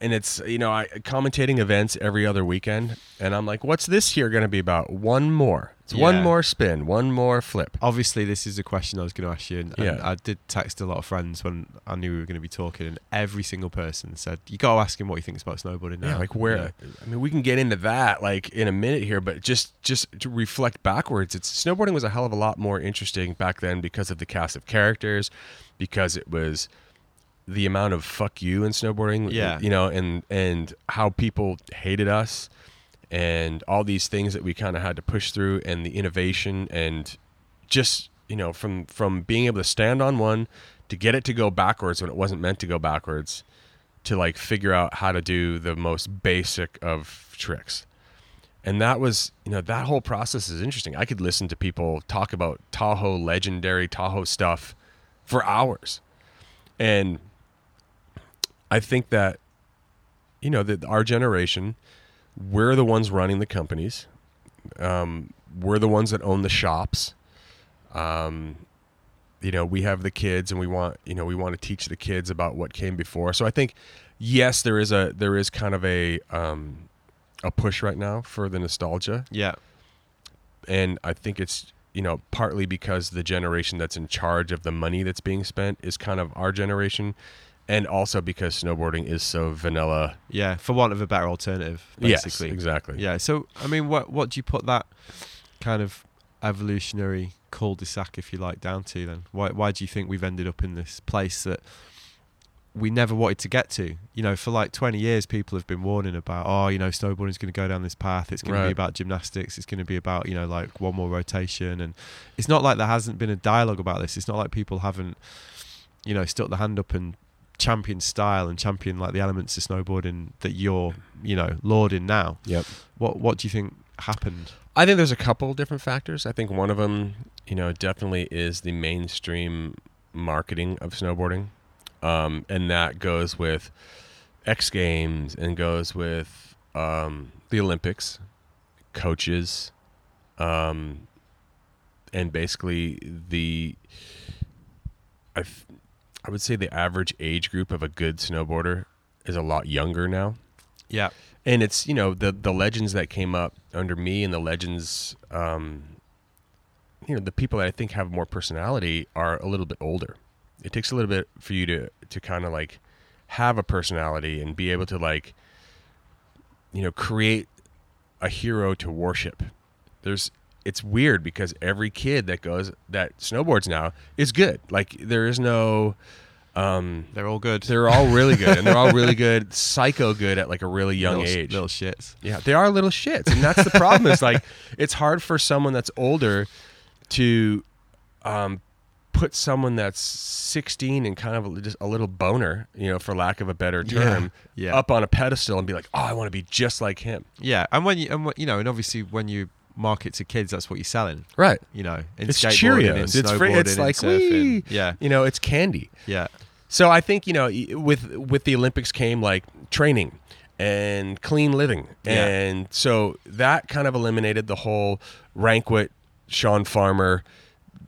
S2: and it's you know, I commentating events every other weekend, and I'm like, what's this here going to be about? One more, it's one
S1: Yeah.
S2: more spin, one more flip.
S1: Obviously, this is a question I was going to ask you, and, and
S2: Yeah.
S1: I did text a lot of friends when I knew we were going to be talking, and every single person said, "You got to ask him what he thinks about snowboarding now."
S2: Yeah, like where?
S1: Yeah.
S2: I mean, we can get into that like in a minute here, but just just to reflect backwards, it's snowboarding was a hell of a lot more interesting back then because of the cast of characters, because it was the amount of fuck you in snowboarding,
S1: Yeah.
S2: you know, and and how people hated us, and all these things that we kind of had to push through, and the innovation, and just you know from from being able to stand on one to get it to go backwards when it wasn't meant to go backwards to like figure out how to do the most basic of tricks. And that was, you know, that whole process is interesting. I could listen to people talk about Tahoe legendary Tahoe stuff for hours. And I think that you know, that our generation, we're the ones running the companies. Um, we're the ones that own the shops. Um, you know we have the kids and we want you know we want to teach the kids about what came before so i think yes there is a there is kind of a um a push right now for the nostalgia
S1: yeah,
S2: and i think it's you know partly because the generation that's in charge of the money that's being spent is kind of our generation and also because snowboarding is so vanilla
S1: yeah, for want of a better alternative, basically.
S2: yes exactly
S1: Yeah. So, I mean, what what do you put that kind of evolutionary cul-de-sac, if you like, down to then? Why why do you think we've ended up in this place that we never wanted to get to? You know, for like 20 years, people have been warning about, oh, you know, snowboarding's going to go down this path. It's going to
S2: Right.
S1: be about gymnastics. It's going to be about you know like one more rotation, and it's not like there hasn't been a dialogue about this. It's not like people haven't you know stuck their hand up and champion style and champion like the elements of snowboarding that you're you know lauding now
S2: yep
S1: what What do you think happened?
S2: I think there's a couple different factors. I think one of them, you know, definitely is the mainstream marketing of snowboarding, um, and that goes with X Games and goes with um, the Olympics, coaches, um, and basically the I th- I would say the average age group of a good snowboarder is a lot younger now
S1: Yeah,
S2: and it's you know the the legends that came up under me and the legends um you know the people that i think have more personality are a little bit older it takes a little bit for you to to kind of like have a personality and be able to like you know create a hero to worship there's it's weird because every kid that goes that snowboards now is good like there is no um
S1: they're all good.
S2: they're all really good, and they're all really good, psycho good at like a really young
S1: little,
S2: age.
S1: little shits.
S2: Yeah, they are little shits, and that's the problem. It's like it's hard for someone that's older to um, put someone that's 16 and kind of a- just a little boner, you know, for lack of a better
S1: Yeah,
S2: term,
S1: yeah.
S2: up on a pedestal and be like, "Oh, I want to be just like him."
S1: Yeah, and when you and what, you know, and obviously when you market to kids, that's what you're selling.
S2: Right.
S1: You know, in
S2: It's
S1: skateboarding, in
S2: Cheerios. It's fr-
S1: snowboarding,
S2: it's
S1: in
S2: like
S1: surfing.
S2: "Wee."
S1: Yeah,
S2: You know, it's candy.
S1: yeah,
S2: So I think you know, y- with with the Olympics came like training and clean living,
S1: Yeah.
S2: and so that kind of eliminated the whole Rankwit, Sean Farmer,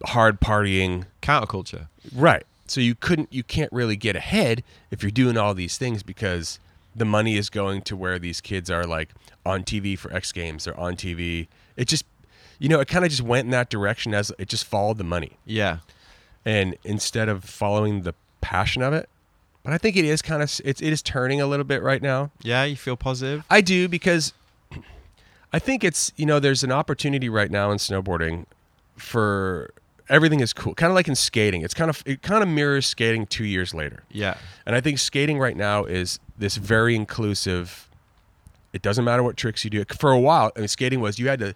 S2: hard partying.
S1: counterculture.
S2: Right. So you couldn't, you can't really get ahead if you're doing all these things because the money is going to where these kids are like on TV for X Games. They're on TV. It just, you know, it kind of just went in that direction as it just followed the money
S1: Yeah,
S2: and instead of following the passion of it but i think it is kind of it's it is turning a little bit right now
S1: yeah, you feel positive.
S2: i do because I think it's you know there's an opportunity right now in snowboarding for everything is cool. Kind of like in skating, it's kind of it kind of mirrors skating two years later.
S1: Yeah.
S2: And I think skating right now is this very inclusive. It doesn't matter what tricks you do. For a while, I mean, skating was you had to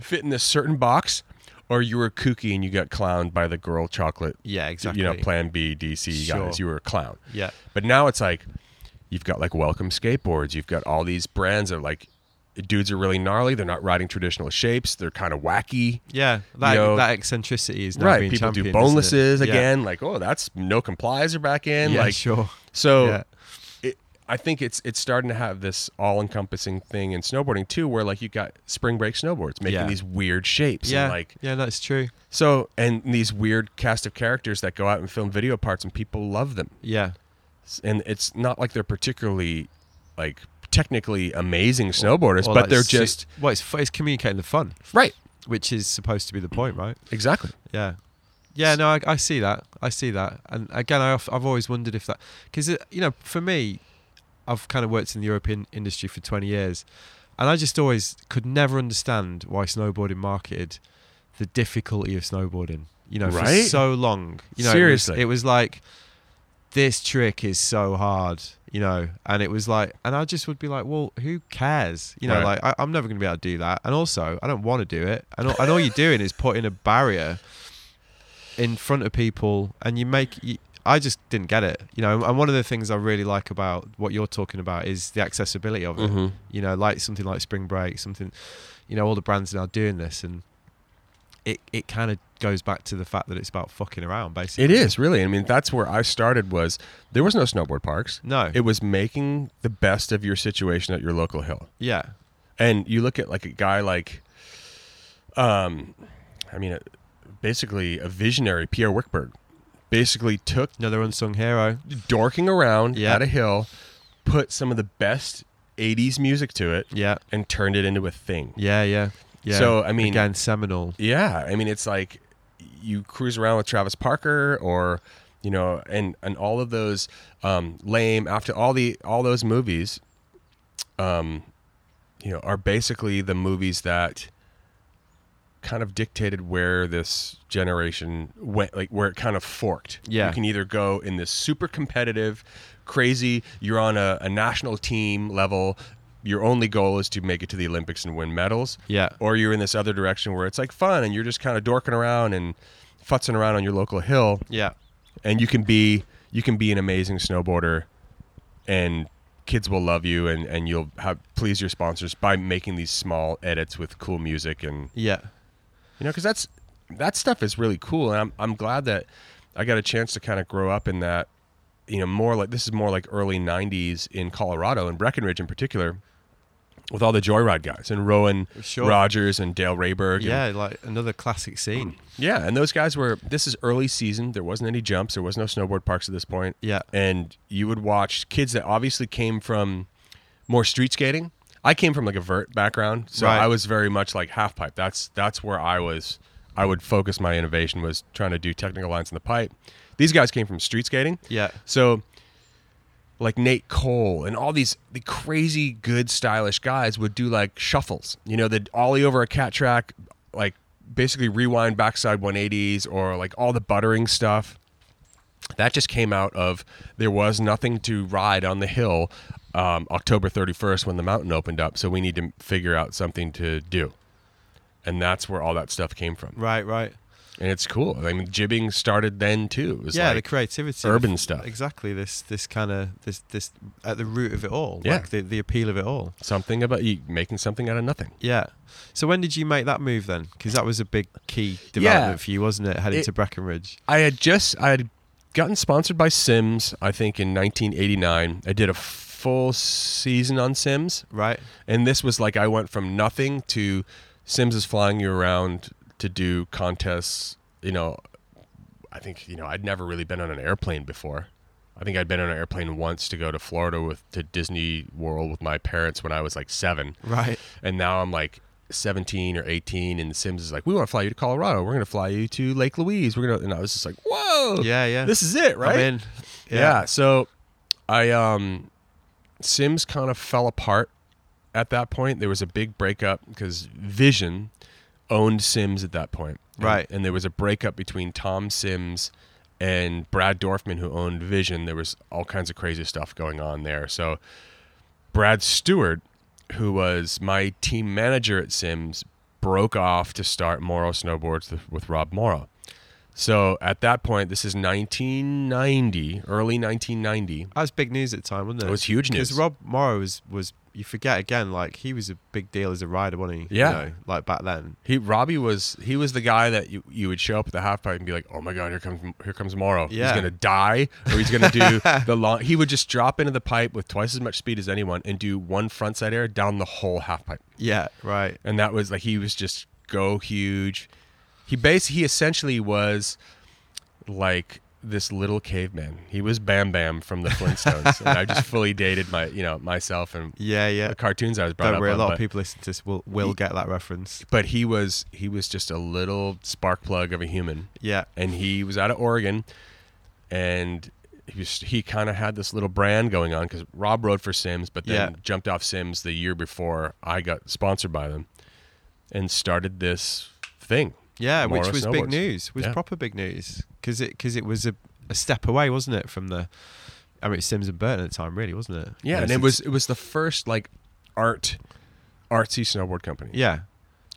S2: fit in this certain box, or you were kooky and you got clowned by the girl chocolate.
S1: Yeah, exactly.
S2: You know, Plan B, DC
S1: Sure.
S2: guys. You were a clown.
S1: Yeah.
S2: But now it's like you've got like welcome skateboards. You've got all these brands of like dudes are really gnarly. They're not riding traditional shapes. They're kind of wacky.
S1: Yeah. That,
S2: You know,
S1: that eccentricity is now
S2: right.
S1: being
S2: People do
S1: championed, isn't it?
S2: bonelesses
S1: Yeah.
S2: again. Like, oh, that's no complies are back in.
S1: Yeah,
S2: like
S1: sure.
S2: so
S1: yeah.
S2: it, I think it's it's starting to have this all encompassing thing in snowboarding too, where like you got spring break snowboards making
S1: Yeah.
S2: these weird shapes.
S1: Yeah.
S2: And like
S1: yeah, that's true.
S2: so and these weird cast of characters that go out and film video parts and people love them.
S1: Yeah.
S2: and it's not like they're particularly like technically amazing snowboarders,
S1: Well, that's
S2: but they're
S1: su-
S2: just
S1: well, it's, fu- it's communicating the fun,
S2: right.
S1: which is supposed to be the point, right?
S2: Exactly.
S1: Yeah. Yeah, no, I, I see that. I see that. And again, I, of- I've always wondered if that, because, you know, for me, I've kind of worked in the European industry for 20 years. And I just always could never understand why snowboarding marketed the difficulty of snowboarding, you know,
S2: Right?
S1: for so long. You know, It was,
S2: Seriously.
S1: it was like, this trick is so hard, you know, and it was like, and I just would be like, well, who cares? You know, like,
S2: Right.
S1: I, I'm never going to be able to do that. And also, I don't want to do it. And all, and all you're doing is putting a barrier in front of people and you make you, I just didn't get it you know and one of the things I really like about what you're talking about is the accessibility of it
S2: Mhm.
S1: you know like something like spring break something you know all the brands are now doing this and it it kind of goes back to the fact that it's about fucking around basically
S2: It is really. I mean, that's where I started. Was there was no snowboard parks.
S1: no
S2: It was making the best of your situation at your local hill.
S1: yeah
S2: And you look at like a guy like, um, I mean, uh, basically a visionary, Pierre Wickberg, basically took
S1: another unsung hero
S2: dorking around
S1: Yeah.
S2: at a hill, put some of the best '80s music to it,
S1: yeah
S2: and turned it into a thing.
S1: yeah yeah yeah
S2: So, I mean-
S1: again seminal
S2: Yeah, I mean it's like you cruise around with Travis Parker or you know and and all of those um lame after all the all those movies um you know are basically the movies that kind of dictated where this generation went like where it kind of forked
S1: Yeah.
S2: you can either go in this super competitive crazy you're on a, a national team level your only goal is to make it to the olympics and win medals
S1: yeah
S2: or you're in this other direction where it's like fun and you're just kind of dorking around and futzing around on your local hill
S1: yeah
S2: and you can be you can be an amazing snowboarder and kids will love you and and you'll have please your sponsors by making these small edits with cool music and
S1: yeah
S2: you know because that's that stuff is really cool and I'm, I'm glad that i got a chance to kind of grow up in that you know more like this is more like early 90s in colorado and breckenridge in particular with all the joyride guys and rowan
S1: Sure.
S2: rogers and dale rayberg and-
S1: yeah like another classic scene
S2: yeah, and those guys were. This is early season. There wasn't any jumps. There was no snowboard parks at this point.
S1: Yeah.
S2: and you would watch kids that obviously came from more street skating. I came from like a vert background, so
S1: Right.
S2: I was very much like half pipe. That's that's where I was. I would focus my innovation was trying to do technical lines in the pipe. These guys came from street skating.
S1: yeah
S2: So like Nate Cole and all these the crazy good stylish guys would do like shuffles. You know, they'd ollie over a cat track, like basically rewind backside 180s or like all the buttering stuff. That just came out of there was nothing to ride on the hill um, October 31st when the mountain opened up. So we need to figure out something to do. And that's where all that stuff came from.
S1: right right
S2: And it's cool. I mean, jibbing started then too. It was
S1: yeah
S2: like-
S1: the creativity
S2: urban
S1: of-
S2: stuff.
S1: exactly this this kind of this this at the root of it all
S2: Yeah.
S1: like the, the appeal of it all
S2: something about you making something out of nothing.
S1: yeah so when did you make that move then because that was a big key development for you wasn't it heading
S2: It-
S1: to breckenridge
S2: I had just I had gotten sponsored by Sims, I think in 1989. I did a full season on Sims,
S1: right
S2: and this was like I went from nothing to Sims is flying you around to do contests, you know, I think, you know, I'd never really been on an airplane before. I think I'd been on an airplane once to go to Florida with to Disney World with my parents when I was like 7
S1: right
S2: and now I'm like 17 or 18, and Sims is like, "We want to fly you to Colorado. We're going to fly you to Lake Louise. We're going to." And I was just like, "Whoa,
S1: yeah yeah
S2: this is it, right?"
S1: i'm in
S2: yeah. So I um, Sims kind of fell apart at that point. There was a big breakup because Vision owned Sims at that point. And-
S1: Right.
S2: And, there was a breakup between Tom Sims and Brad Dorfman, who owned Vision. There was all kinds of crazy stuff going on there. So Brad Stewart, who was my team manager at Sims, broke off to start Morrow Snowboards th- with Rob Morrow. So at that point, this is 1990, early 1990.
S1: That was big news at the time, wasn't it?
S2: It was huge news.
S1: Because Rob Morrow was, was, you forget again, like he was a big deal as a rider, wasn't he? You
S2: Yeah.
S1: know, like back then.
S2: He Robbie was he was the guy that you, you would show up at the half pipe and be like, oh my god, here comes here comes Morrow.
S1: Yeah.
S2: He's gonna die or he's gonna do the long. He would just drop into the pipe with twice as much speed as anyone and do one frontside air down the whole half pipe.
S1: Yeah, right.
S2: And that was like he was just go huge. He base he essentially was like this little caveman. He was Bam Bam from the Flintstones. and I just fully dated my you know myself and
S1: Yeah, yeah.
S2: the cartoons I was brought
S1: Don't
S2: up.
S1: worry, a
S2: on,
S1: lot
S2: but-
S1: of people listening to this will, will get that reference.
S2: but he was he was just a little spark plug of a human
S1: Yeah,
S2: and he was out of Oregon and he was, he kind of had this little brand going on cuz Rob rode for Sims but then
S1: Yeah.
S2: jumped off Sims the year before I got sponsored by them and started this thing
S1: yeah, which
S2: Morrow
S1: was big
S2: Snowboards.
S1: news. Was
S2: Yeah.
S1: proper big news because it because it was a, a step away, wasn't it, from the? I mean, Sims and Burton at the time, really, wasn't it?
S2: yeah and
S1: Yes,
S2: it was it was the first like art artsy snowboard company
S1: yeah,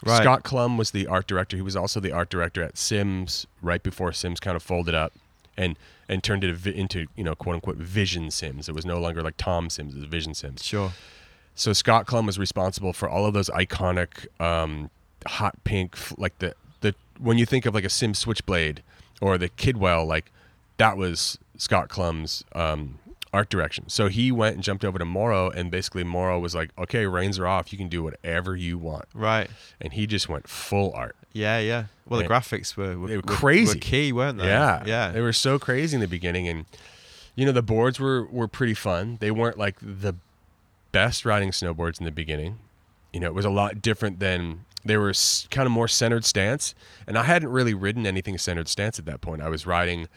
S1: right.
S2: Scott Klum was the art director. He was also the art director at Sims right before Sims kind of folded up and and turned it vi- into you know quote unquote Vision Sims. It was no longer like Tom Sims. It was Vision Sims.
S1: sure.
S2: So Scott Klum was responsible for all of those iconic um, hot pink f- like the the when you think of like a Sim Switchblade or the Kidwell like that was Scott Klum's um, art direction. So he went and jumped over to Morrow and basically Morrow was like, okay, reins are off. You can do whatever you want,
S1: Right.
S2: and he just went full art.
S1: Yeah, yeah. Well, the
S2: Yeah.
S1: graphics were, were
S2: They were crazy.
S1: Were key, weren't they?
S2: Yeah,
S1: yeah.
S2: They were so crazy in the beginning, and you know the boards were were pretty fun. They weren't like the best riding snowboards in the beginning. You know, it was a lot different than they were s- kind of more centered stance, and I hadn't really ridden anything centered stance at that point. I was riding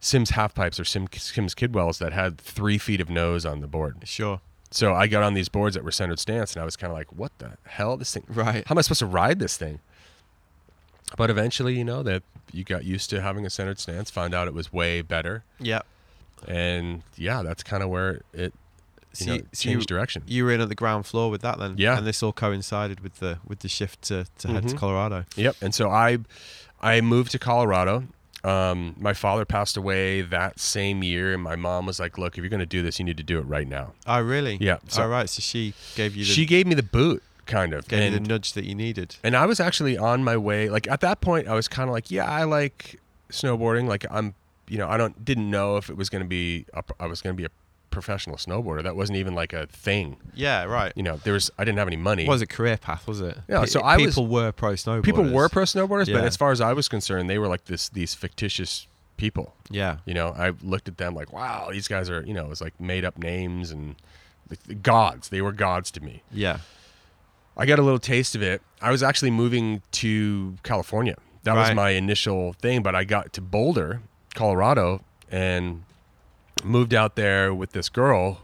S2: Sims half pipes or Sim, Sims Kidwells that had three feet of nose on the board.
S1: sure.
S2: So I got on these boards that were centered stance, and I was kind of like, "What the hell? This thing?
S1: Right.
S2: How am I supposed to ride this thing?" But eventually, you know that you got used to having a centered stance, found out it was way better,
S1: Yeah.
S2: and yeah, that's kind of where it you know,
S1: you-
S2: changed
S1: you,
S2: direction.
S1: you were in at the ground floor with that then.
S2: Yeah.
S1: And this all coincided with the with the shift to, to head to
S2: Mhm.
S1: Colorado.
S2: Yep. And so I, I moved to Colorado. Um, my father passed away that same year, and my mom was like, "Look, if you're going to do this, you need to do it right now."
S1: Oh, really?
S2: Yeah, so-
S1: All right. So she gave you the,
S2: She gave me the boot, kind of,
S1: gave you
S2: and-
S1: the nudge that you needed.
S2: And I was actually on my way. Like at that point, I was kind of like, yeah, I like snowboarding. Like I'm, you know, I don't didn't know if it was going to be a, I was going to be a professional snowboarder. That wasn't even like a thing.
S1: Yeah. Right.
S2: You know, there was I didn't have any money.
S1: It was a career path, was it?
S2: Yeah,
S1: Pe-
S2: so I was-
S1: people were pro snowboarders.
S2: people were pro snowboarders,
S1: Yeah.
S2: but as far as I was concerned, they were like this these fictitious people.
S1: Yeah.
S2: You know, I looked at them like, wow, these guys are, you know, it was like made up names and like, gods. They were gods to me.
S1: Yeah.
S2: I got a little taste of it. I was actually moving to California. That
S1: Right.
S2: was my initial thing, but I got to Boulder, Colorado, and moved out there with this girl.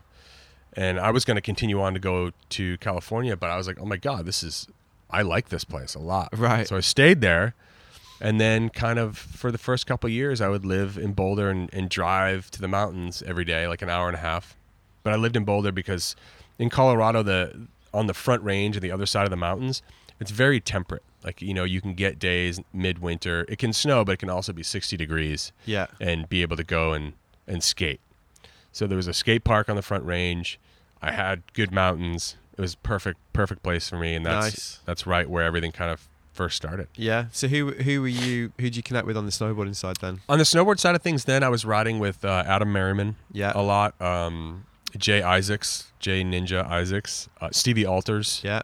S2: And I was going to continue on to go to California, but I was like, oh my God, this is, I like this place a lot.
S1: Right.
S2: So I stayed there. And then, kind of, for the first couple of years, I would live in Boulder and, and drive to the mountains every day, like an hour and a half. But I lived in Boulder because in Colorado, the on the front range and the other side of the mountains, it's very temperate. Like you know, you can get days midwinter. It can snow, but it can also be sixty degrees
S1: Yeah.
S2: and be able to go and and skate. So there was a skate park on the front range. I had good mountains. It was perfect, perfect place for me, and that's
S1: Nice.
S2: that's right where everything kind of first started.
S1: Yeah. So who who were you? Who did you connect with on the snowboarding side then?
S2: On the snowboard side of things, then I was riding with uh, Adam Merriman
S1: Yeah.
S2: a lot. Um, Jay Isaacs, Jay Ninja Isaacs, uh, Stevie Alters.
S1: Yeah.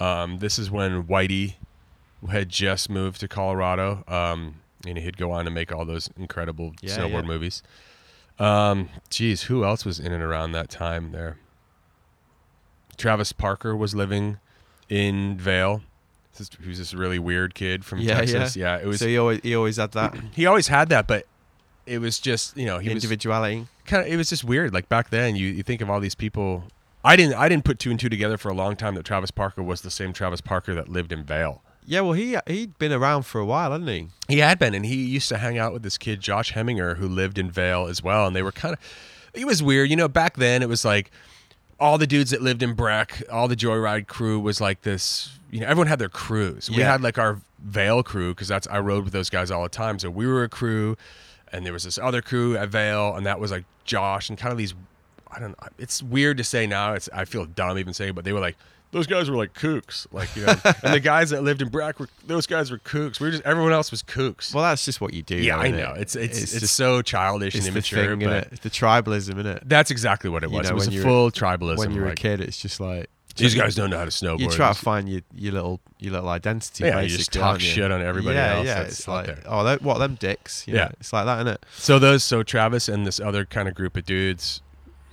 S2: Um, this is when Whitey had just moved to Colorado, um, and he'd go on to make all those incredible
S1: Yeah,
S2: snowboard
S1: yeah.
S2: movies. Um, geez, who else was in and around that time there? Travis Parker was living in Vale. This is- He was this really weird kid from
S1: Yeah,
S2: Texas. Yeah. it was.
S1: so he always he always had that
S2: he always had that, but it was just you know he was
S1: individuality.
S2: kind of it was just weird. Like back then, you, you think of all these people I didn't I didn't put two and two together for a long time that Travis Parker was the same Travis Parker that lived in Vale.
S1: Yeah, well, he he'd been around for a while, hadn't he?
S2: He had been, and he used to hang out with this kid Josh Heminger who lived in Vale as well, and they were kind of. It was weird, you know. Back then, it was like all the dudes that lived in Breck, all the Joyride crew was like this. You know, everyone had their crews. We
S1: Yeah.
S2: had like our Vale crew because that's I rode with those guys all the time. So we were a crew, and there was this other crew at Vale, and that was like Josh and kind of these. I don't know. It's weird to say now. It's I feel dumb even saying, it, but they were like those guys were like kooks, like you know. and the guys that lived in Breck were those guys were kooks. We were just everyone else was kooks.
S1: Well, that's just what you do.
S2: yeah, I
S1: innit?
S2: know. It's it's it's,
S1: just-
S2: so childish
S1: it's
S2: and
S1: the
S2: immature,
S1: thing,
S2: but
S1: innit? It's the tribalism, isn't it?
S2: that's exactly what it
S1: You
S2: was.
S1: know,
S2: it was
S1: when
S2: a
S1: you're-
S2: full tribalism.
S1: When you're a
S2: like,
S1: kid, it's just like
S2: these guys don't know how to snowboard.
S1: You try to find your, your little your little identity.
S2: Yeah,
S1: basically,
S2: you just talk
S1: aren't you?
S2: shit on everybody
S1: yeah,
S2: else
S1: Yeah,
S2: that's
S1: it's
S2: out
S1: like
S2: there.
S1: oh, that, what them dicks. You know,
S2: Yeah.
S1: it's like that, isn't it?
S2: So those, so Travis and this other kind of group of dudes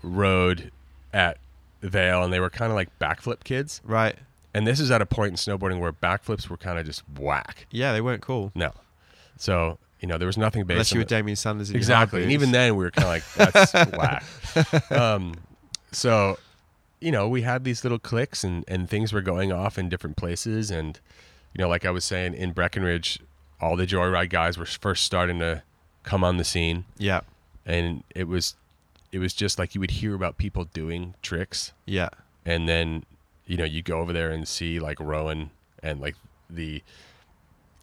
S2: rode at Vale, and they were kind of like backflip kids.
S1: Right?
S2: And this is at a point in snowboarding where backflips were kind of just whack.
S1: Yeah, they weren't cool
S2: No, so you know there was nothing based
S1: unless
S2: on
S1: you were
S2: the-
S1: Damien Sanders. In your hard
S2: exactly, and
S1: boots.
S2: even then we were kind of like that's whack. Um, so you know we had these little clicks, and and things were going off in different places, and you know like I was saying in Breckenridge, all the joyride guys were first starting to come on the scene.
S1: yeah,
S2: and it was it was just like you would hear about people doing tricks
S1: yeah,
S2: and then you know you go over there and see like rowan and like the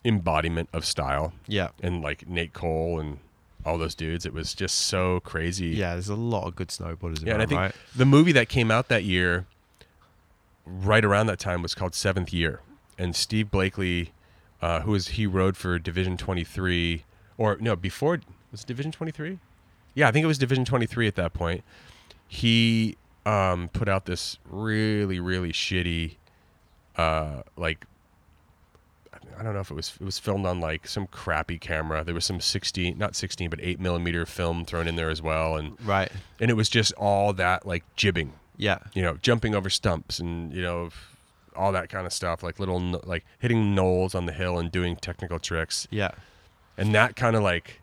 S2: embodiment of style
S1: yeah,
S2: and like nate cole and all those dudes it was just so crazy
S1: yeah. There's a lot of good snowboarders.
S2: yeah
S1: around,
S2: and i think
S1: right?
S2: the movie that came out that year right around that time was called seventh year and steve blakely uh, who was he rode for division 23 or no before was it division 23 yeah i think it was division 23 at that point he um, put out this really really shitty uh, like I don't know if it was it was filmed on like some crappy camera. There was some sixteen, not sixteen, but eight millimeter film thrown in there as well, and
S1: right.
S2: and it was just all that like jibbing,
S1: Yeah,
S2: you know, jumping over stumps and you know, f- all that kind of stuff, like little kn- like hitting knolls on the hill and doing technical tricks,
S1: yeah,
S2: and that kind of like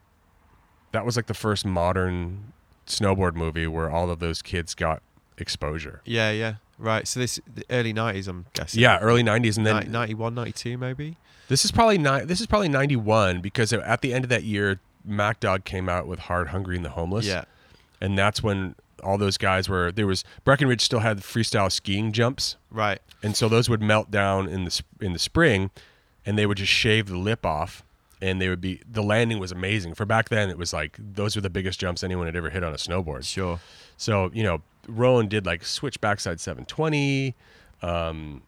S2: that was like the first modern snowboard movie where all of those kids got exposure.
S1: yeah, yeah. Right. So this the early '90s, I'm guessing.
S2: Yeah, early '90s, and then
S1: Ni- 91, 92 maybe.
S2: this is probably ni- this is probably '91 because at the end of that year, Mac Dog came out with Hard, Hungry, and the Homeless.
S1: Yeah,
S2: and that's when all those guys were there was Breckenridge still had freestyle skiing jumps.
S1: right.
S2: and so those would melt down in the sp- in the spring, and they would just shave the lip off, and they would be the landing was amazing. For back then, it was like those were the biggest jumps anyone had ever hit on a snowboard.
S1: Sure.
S2: So you know, Rowan did like switch backside seven twenty. Um,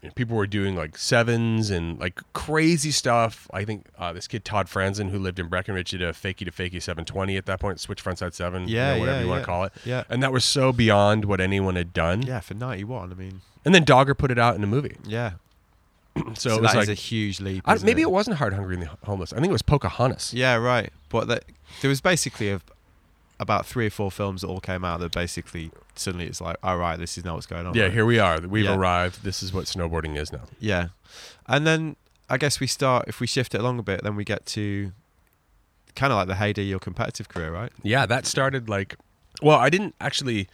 S2: you know, people were doing like sevens and like crazy stuff. I think uh, this kid Todd Franzen, who lived in Breckenridge, did a fakie to fakie seven twenty at that point, switch frontside seven, you
S1: Yeah,
S2: know, whatever
S1: yeah,
S2: you want
S1: yeah.
S2: to call it.
S1: Yeah.
S2: And that was so beyond what anyone had done.
S1: Yeah, for '91, I mean,
S2: And then Dogger put it out in a movie.
S1: yeah.
S2: So,
S1: So,
S2: it
S1: that
S2: was
S1: is
S2: like
S1: a huge leap.
S2: I,
S1: isn't
S2: maybe
S1: it?
S2: it wasn't Hard Hungry and the Homeless. I think it was Pocahontas.
S1: Yeah, right. But that, there was basically a, about three or four films that all came out that basically suddenly it's like, all right, this is now what's going on.
S2: Yeah,
S1: right?
S2: here we are. We've
S1: Yeah.
S2: arrived. This is what snowboarding is now.
S1: yeah. And then I guess we start if we shift it along a bit, then we get to kind of like the heyday of your competitive career, right?
S2: Yeah, that started like, well, I didn't actually.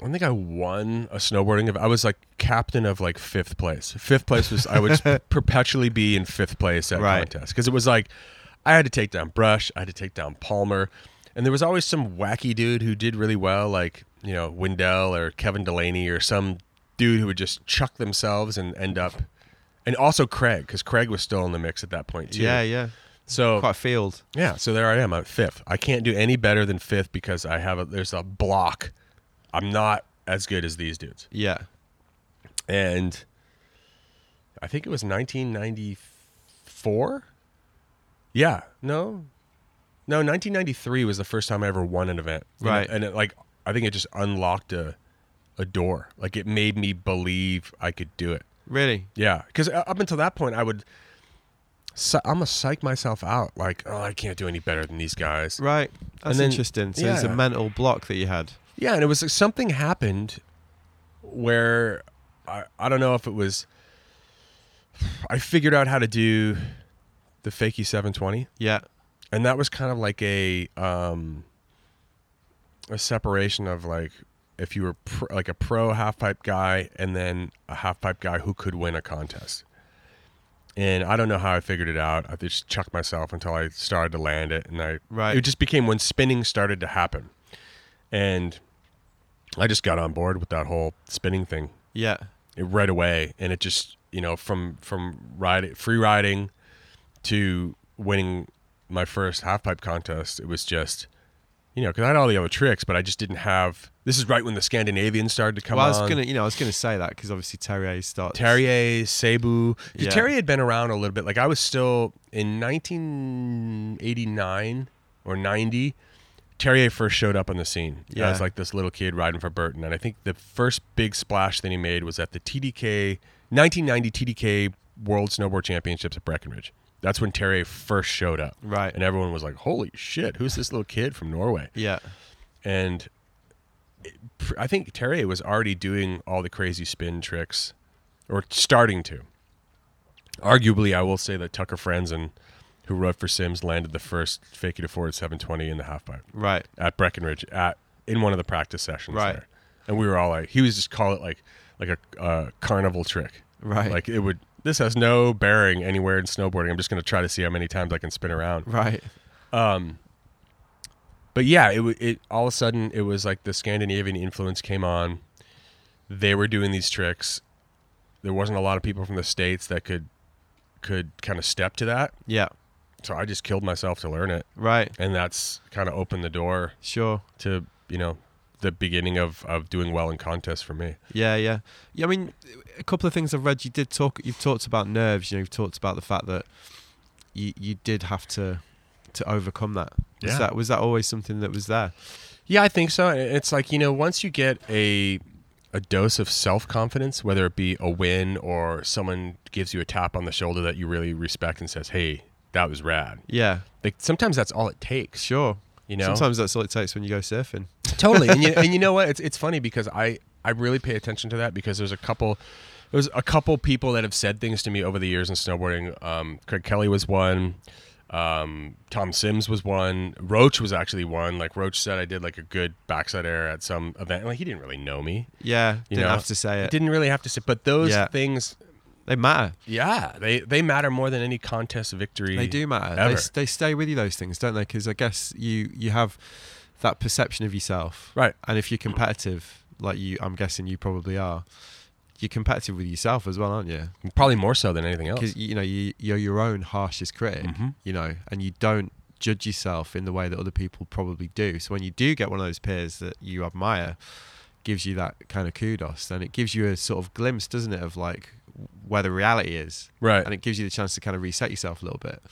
S2: I don't think I won a snowboarding event. I was like captain of like fifth place. Fifth place was I would just perpetually be in fifth place at
S1: Right.
S2: contests because it was like I had to take down Brush, I had to take down Palmer, and there was always some wacky dude who did really well, like you know Wendell or Kevin Delaney or some dude who would just chuck themselves and end up, and also Craig because Craig was still in the mix at that point too.
S1: Yeah, yeah.
S2: so
S1: Quite a field.
S2: yeah, so there I am. I'm fifth. I can't do any better than fifth because I have a there's a block. I'm not as good as these dudes.
S1: Yeah.
S2: And I think it was 1994. Yeah, no, no, 1993 was the first time I ever won an event. You know,
S1: Right.
S2: and it, like I think it just unlocked a a door. Like it made me believe I could do it.
S1: Really?
S2: Yeah, because up until that point, I would, psy- I'm gonna psych myself out. Like, oh, I can't do any better than these guys.
S1: Right. That's
S2: then-
S1: interesting. So there's a
S2: yeah.
S1: mental block that you had.
S2: Yeah, and it was like something happened where I, I don't know if it was I figured out how to do the fakie 720
S1: Yeah.
S2: and that was kind of like a um a separation of like if you were pr- like a pro half pipe guy and then a half pipe guy who could win a contest. And I don't know how I figured it out. I just chucked myself until I started to land it, and I
S1: Right.
S2: it just became when spinning started to happen, and I just got on board with that whole spinning thing
S1: Yeah.
S2: it right away and it just you know from from ride free riding to winning my first half pipe contest it was just you know because i had all the other tricks but i just didn't have this is right when the scandinavian started to come
S1: well, I
S2: on
S1: was gonna, you know, I was gonna say that because obviously Terrier starts.
S2: Terrier, Cebu. 'Cause
S1: Yeah.
S2: Terrier had been around a little bit. Like I was still in 1989 or 90. Terrier first showed up on the scene
S1: Yeah.
S2: as like this little kid riding for Burton, and I think the first big splash that he made was at the TDK 1990 TDK World Snowboard Championships at Breckenridge. That's when Terrier first showed up,
S1: Right.
S2: and everyone was like, "Holy shit, who's this little kid from Norway?"
S1: Yeah.
S2: and it- pr- I think Terrier was already doing all the crazy spin tricks, or starting to. Arguably, I will say that Tucker Franzen, who rode for Sims, landed the first fake it forward 720 in the half pipe
S1: Right.
S2: at Breckenridge at in one of the practice sessions
S1: Right.
S2: there, and we were all like, he was just call it like like a uh, carnival trick,
S1: Right.
S2: like it would. This has no bearing anywhere in snowboarding. I'm just going to try to see how many times I can spin around.
S1: Right.
S2: but yeah, it wa- it all of a sudden it was like the Scandinavian influence came on. They were doing these tricks. There wasn't a lot of people from the states that could could kind of step to that.
S1: Yeah.
S2: So I just killed myself to learn it,
S1: Right.
S2: and that's kind of opened the door
S1: Sure.
S2: to you know the beginning of of doing well in contests for me.
S1: Yeah, yeah, yeah. I mean, a couple of things I've read. You did talk. You've talked about nerves. You know, you've talked about the fact that you you did have to to overcome that. Was
S2: Yeah.
S1: that was that always something that was there?
S2: Yeah, I think so. And It's like you know, once you get a a dose of self confidence, whether it be a win or someone gives you a tap on the shoulder that you really respect and says, "Hey, that was rad."
S1: Yeah,
S2: Like sometimes that's all it takes,
S1: sure.
S2: you know.
S1: Sometimes that's all it takes when you go surfing.
S2: totally. And you, and you know what? It's it's funny because I I really pay attention to that because there's a couple there's a couple people that have said things to me over the years in snowboarding. Um, Craig Kelly was one. Um, Tom Sims was one. Roach was actually one. Like Roach said, I did like a good backside air at some event. Like he didn't really know me.
S1: Yeah,
S2: You
S1: didn't
S2: know,
S1: have to say
S2: I
S1: it.
S2: didn't really have to say. But those
S1: Yeah.
S2: things,
S1: They matter.
S2: yeah, they they matter more than any contest victory.
S1: They do matter.
S2: ever.
S1: They s- they stay with you those things, don't they? Because I guess you you have that perception of yourself,
S2: Right.
S1: and if you're competitive, like you, I'm guessing you probably are. You're competitive with yourself as well, aren't you?
S2: Probably more so than anything else.
S1: because you know you, you're your own harshest critic
S2: Mhm.
S1: you know and you don't judge yourself in the way that other people probably do so when you do get one of those peers that you admire gives you that kind of kudos then it gives you a sort of glimpse doesn't it of like where the reality is
S2: Right.
S1: and it gives you the chance to kind of reset yourself a little bit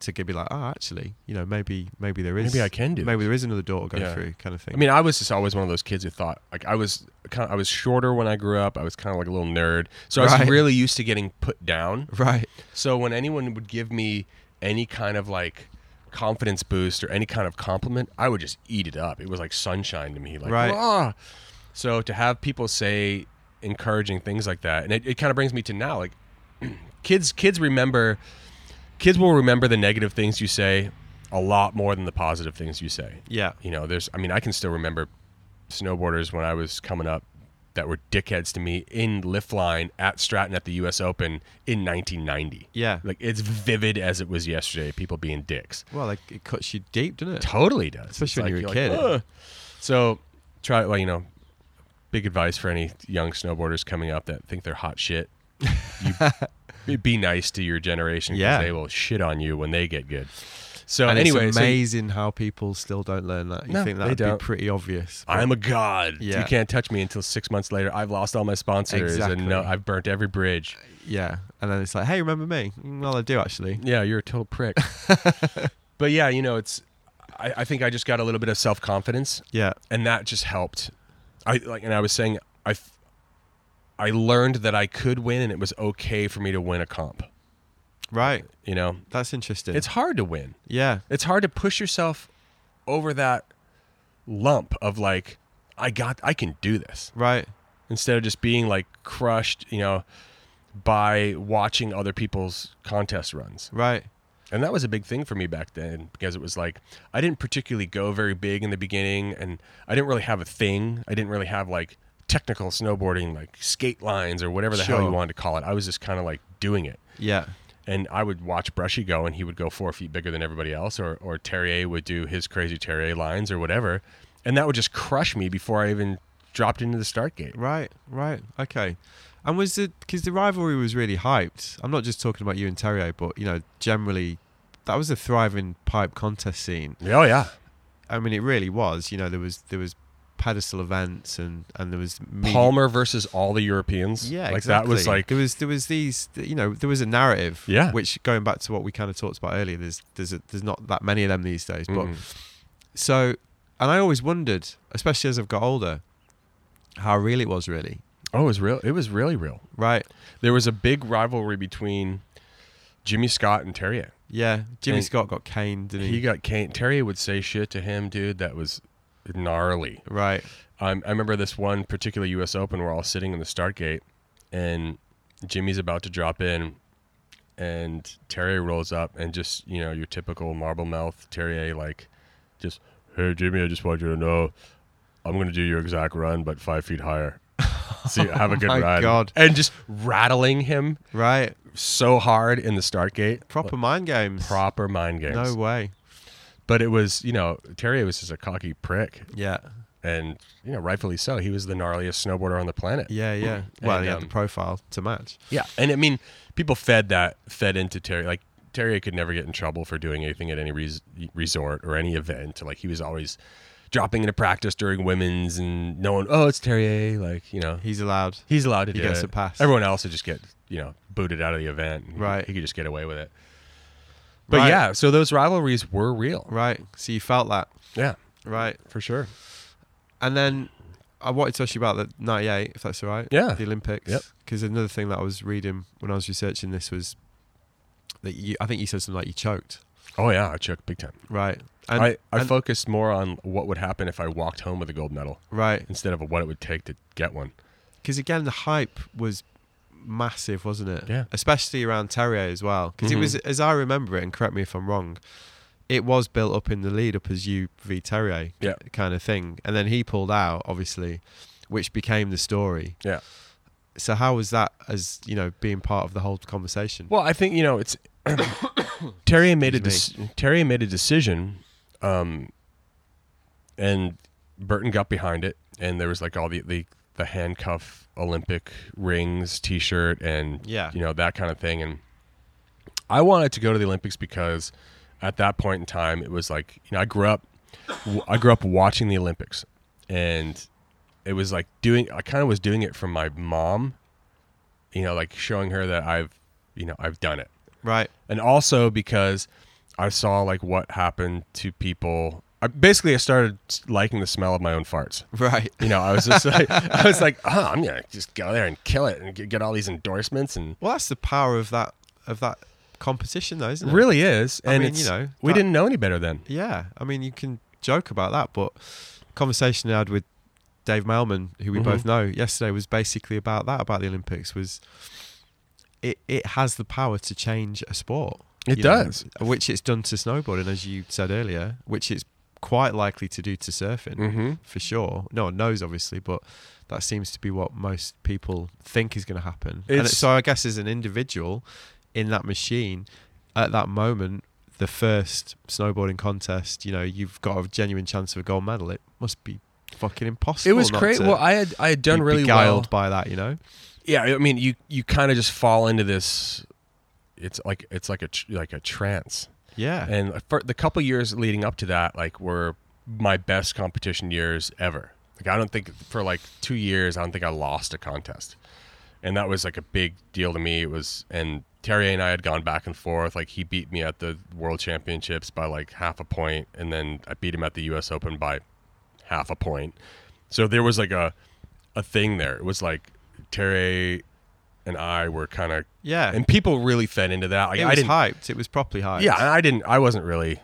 S1: to g- be like oh actually you know maybe maybe there is
S2: Maybe I can do
S1: maybe there is another door to go
S2: Yeah.
S1: through kind of thing
S2: I mean, I was just always one of those kids who thought like I was kind of, I was shorter when I grew up. I was kind of like a little nerd, so I
S1: Right.
S2: was really used to getting put down.
S1: right
S2: So when anyone would give me any kind of like confidence boost or any kind of compliment, I would just eat it up. It was like sunshine to me. Like,
S1: Right.
S2: "Wah!" So to have people say encouraging things like that, and it, it kind of brings me to now, like kids, kids remember, kids will remember the negative things you say a lot more than the positive things you say
S1: yeah
S2: you know there's i mean i can still remember snowboarders when i was coming up that were dickheads to me in lift line at stratton at the us open in 1990
S1: yeah
S2: like it's vivid as it was yesterday people being dicks
S1: well like it cuts you deep doesn't it
S2: totally does It's
S1: Especially when
S2: like-
S1: you're a
S2: like,
S1: kid.
S2: "Ugh." so try well you know big advice for any young snowboarders coming up that think they're hot shit you, be nice to your generation 'cause
S1: Yeah.
S2: they will shit on you when they get good so
S1: and
S2: anyway
S1: it's
S2: so-
S1: amazing how people still don't learn that. You
S2: No,
S1: think
S2: they
S1: that'd be
S2: don't.
S1: pretty obvious. but-
S2: I'm a god.
S1: Yeah.
S2: You can't touch me until six months later. I've lost all my sponsors
S1: Exactly.
S2: and no, I've burnt every bridge.
S1: yeah, and then it's like, hey, remember me? Mm, Well, I do actually.
S2: Yeah, you're a total prick. but yeah, you know, it's. I, I think I just got a little bit of self confidence,
S1: Yeah,
S2: and that just helped. I like, and I was saying I. f- I learned that I could win, and it was okay for me to win a comp.
S1: right.
S2: You know,
S1: That's interesting.
S2: it's hard to win.
S1: yeah,
S2: It's hard to push yourself over that lump of like, I got, I can do this.
S1: right.
S2: instead of just being like crushed, you know, by watching other people's contest runs.
S1: Right.
S2: And that was a big thing for me back then because it was like I didn't particularly go very big in the beginning and I didn't really have a thing. I didn't really have like technical snowboarding, like skate lines or whatever the hell
S1: Sure.
S2: you wanted to call it. I was just kind of like doing it.
S1: Yeah.
S2: And I would watch Brushy go and he would go four feet bigger than everybody else or, or Terrier would do his crazy Terrier lines or whatever. And that would just crush me before I even dropped into the start gate.
S1: Right. Right. Okay. And was it because the rivalry was really hyped? I'm not just talking about you and Terrier, but you know, generally, that was a thriving pipe contest scene.
S2: Oh, yeah.
S1: I mean, it really was. You know, there was there was pedestal events and and there was media-
S2: Palmer versus all the Europeans.
S1: Yeah,
S2: Like
S1: exactly.
S2: that was like
S1: there was there was these you know there was a narrative.
S2: Yeah.
S1: Which going back to what we kind of talked about earlier, there's there's a, there's not that many of them these days. But
S2: Mm.
S1: so, and I always wondered, especially as I've got older, how real it was really.
S2: Oh, it was real. It was really real.
S1: Right.
S2: There was a big rivalry between Jimmy Scott and Terrier.
S1: Yeah. Jimmy
S2: And
S1: Scott got caned, didn't he?
S2: He got Kane. Terrier would say shit to him, dude. That was gnarly.
S1: right.
S2: Um, I remember this one particular U.S. Open. We're all sitting in the start gate, and Jimmy's about to drop in, and Terrier rolls up and just you know your typical marble mouth Terrier like, just hey Jimmy, I just want you to know, I'm gonna do your exact run, but five feet higher. See, have a good
S1: my
S2: ride.
S1: God.
S2: And just rattling him
S1: Right.
S2: so hard in the start gate.
S1: Proper mind games.
S2: proper mind games.
S1: No way.
S2: But it was, you know, Terrier was just a cocky prick.
S1: Yeah.
S2: And, you know, rightfully so. He was the gnarliest snowboarder on the planet.
S1: Yeah. Yeah. Well,
S2: And,
S1: he had the
S2: um,
S1: profile to match.
S2: Yeah. And I mean, people fed that, fed into Terrier. Like, Terrier could never get in trouble for doing anything at any res- resort or any event. Like, he was always dropping into practice during women's and no one, oh, it's Terrier. Like, you know,
S1: He's allowed.
S2: he's allowed to
S1: He
S2: do
S1: gets
S2: it.
S1: a pass.
S2: Everyone else would just get, you know, booted out of the event. He-
S1: Right.
S2: He could just get away with it. But
S1: Right.
S2: yeah, so those rivalries were real.
S1: Right. So you felt that.
S2: Yeah,
S1: Right.
S2: for sure.
S1: And then I wanted to ask you about the 98, if that's all right.
S2: Yeah.
S1: The Olympics.
S2: Yep.
S1: Because another thing that I was reading when I was researching this was that you, I think you said something like you choked.
S2: Oh yeah, I choked big time.
S1: Right. And,
S2: I, I
S1: and-
S2: focused more on what would happen if I walked home with a gold medal
S1: right.
S2: instead of what it would take to get one.
S1: Because again, the hype was massive, wasn't it?
S2: Yeah.
S1: Especially around Terrier as well. Because
S2: Mhm.
S1: it was, as I remember it, and correct me if I'm wrong, it was built up in the lead up as you v Terrier
S2: Yeah.
S1: kind of thing. And then he pulled out, obviously, which became the story.
S2: Yeah.
S1: So how was that as, you know, being part of the whole conversation?
S2: Well, I think you know it's Terry made a
S1: Excuse
S2: dec- Terry made a decision, um, and Burton got behind it, and there was like all the the, the handcuff Olympic rings T-shirt and
S1: Yeah.
S2: you know that kind of thing, and I wanted to go to the Olympics because at that point in time it was like you know I grew up w- I grew up watching the Olympics, and it was like doing I kind of was doing it for my mom, you know, like showing her that I've you know I've done it
S1: Right.
S2: and also because I saw like what happened to people. I, basically, I started liking the smell of my own farts.
S1: Right.
S2: You know, I was just like, I was like, oh, I'm gonna just go there and kill it and get, get all these endorsements, and
S1: Well, that's the power of that of that competition, though, isn't
S2: it
S1: it?
S2: really is.
S1: I
S2: And
S1: mean,
S2: it's,
S1: you know,
S2: we
S1: that-
S2: didn't know any better then.
S1: Yeah. I mean, you can joke about that, but conversation I had with Dave Mailman, who we
S2: Mhm.
S1: both know, yesterday was basically about that. About the Olympics was it it has the power to change a sport.
S2: It
S1: you know,
S2: does.
S1: which it's done to snowboarding, as you said earlier, which it's quite likely to do to surfing.
S2: Mm-hmm.
S1: for sure. No one knows, obviously, but that seems to be what most people think is going to happen. and
S2: It's-
S1: so I guess as an individual in that machine at that moment, the first snowboarding contest, you know, you've got a genuine chance of a gold medal. It must be fucking impossible.
S2: It was
S1: not
S2: crazy.
S1: to
S2: Well, I had I had done
S1: be
S2: really
S1: beguiled
S2: well.
S1: by that, you know.
S2: Yeah, I mean, you you kind of just fall into this. It's like it's like a tr- like a trance.
S1: Yeah,
S2: And for the couple years leading up to that, like were my best competition years ever. Like I don't think for like two years, I don't think I lost a contest, and that was like a big deal to me. It was, and Terry and I had gone back and forth. Like he beat me at the World Championships by like half a point, and then I beat him at the U.S. Open by half a point. So there was like a a thing there. It was like Terry and I were kind of,
S1: yeah.
S2: and people really fed into that. Like
S1: it
S2: I
S1: was
S2: didn't
S1: hyped. It was properly hyped.
S2: yeah, and I didn't. I wasn't really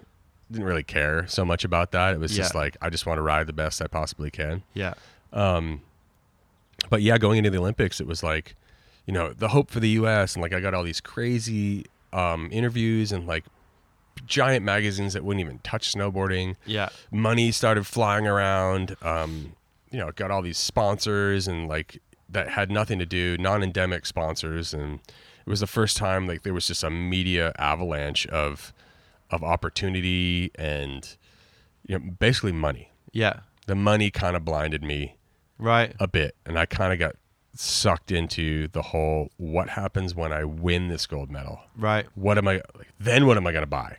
S2: didn't really care so much about that. It was just
S1: Yeah.
S2: like I just want to ride the best I possibly can.
S1: yeah,
S2: But yeah, going into the Olympics, it was like, you know, the hope for the U.S. and like I got all these crazy um, interviews and like giant magazines that wouldn't even touch snowboarding.
S1: Yeah.
S2: Money started flying around. Um, you know, it got all these sponsors and like that had nothing to do, non-endemic sponsors, and it was the first time like there was just a media avalanche of of opportunity and you know basically money.
S1: Yeah.
S2: The money kind of blinded me
S1: Right.
S2: a bit and I kind of got sucked into the whole what happens when I win this gold medal?
S1: Right.
S2: What am I like, then what am I going to buy?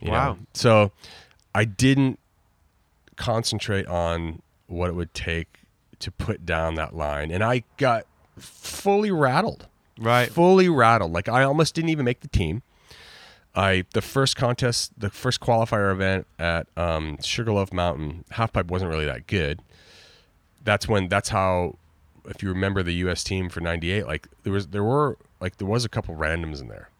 S1: Wow.
S2: So I didn't concentrate on what it would take to put down that line and I got fully rattled.
S1: Right.
S2: Fully rattled. Like I almost didn't even make the team. I the first contest, the first qualifier event at um, Sugarloaf Mountain, halfpipe wasn't really that good. That's when that's how if you remember the US team for 98, like there was there were like there was a couple randoms in there.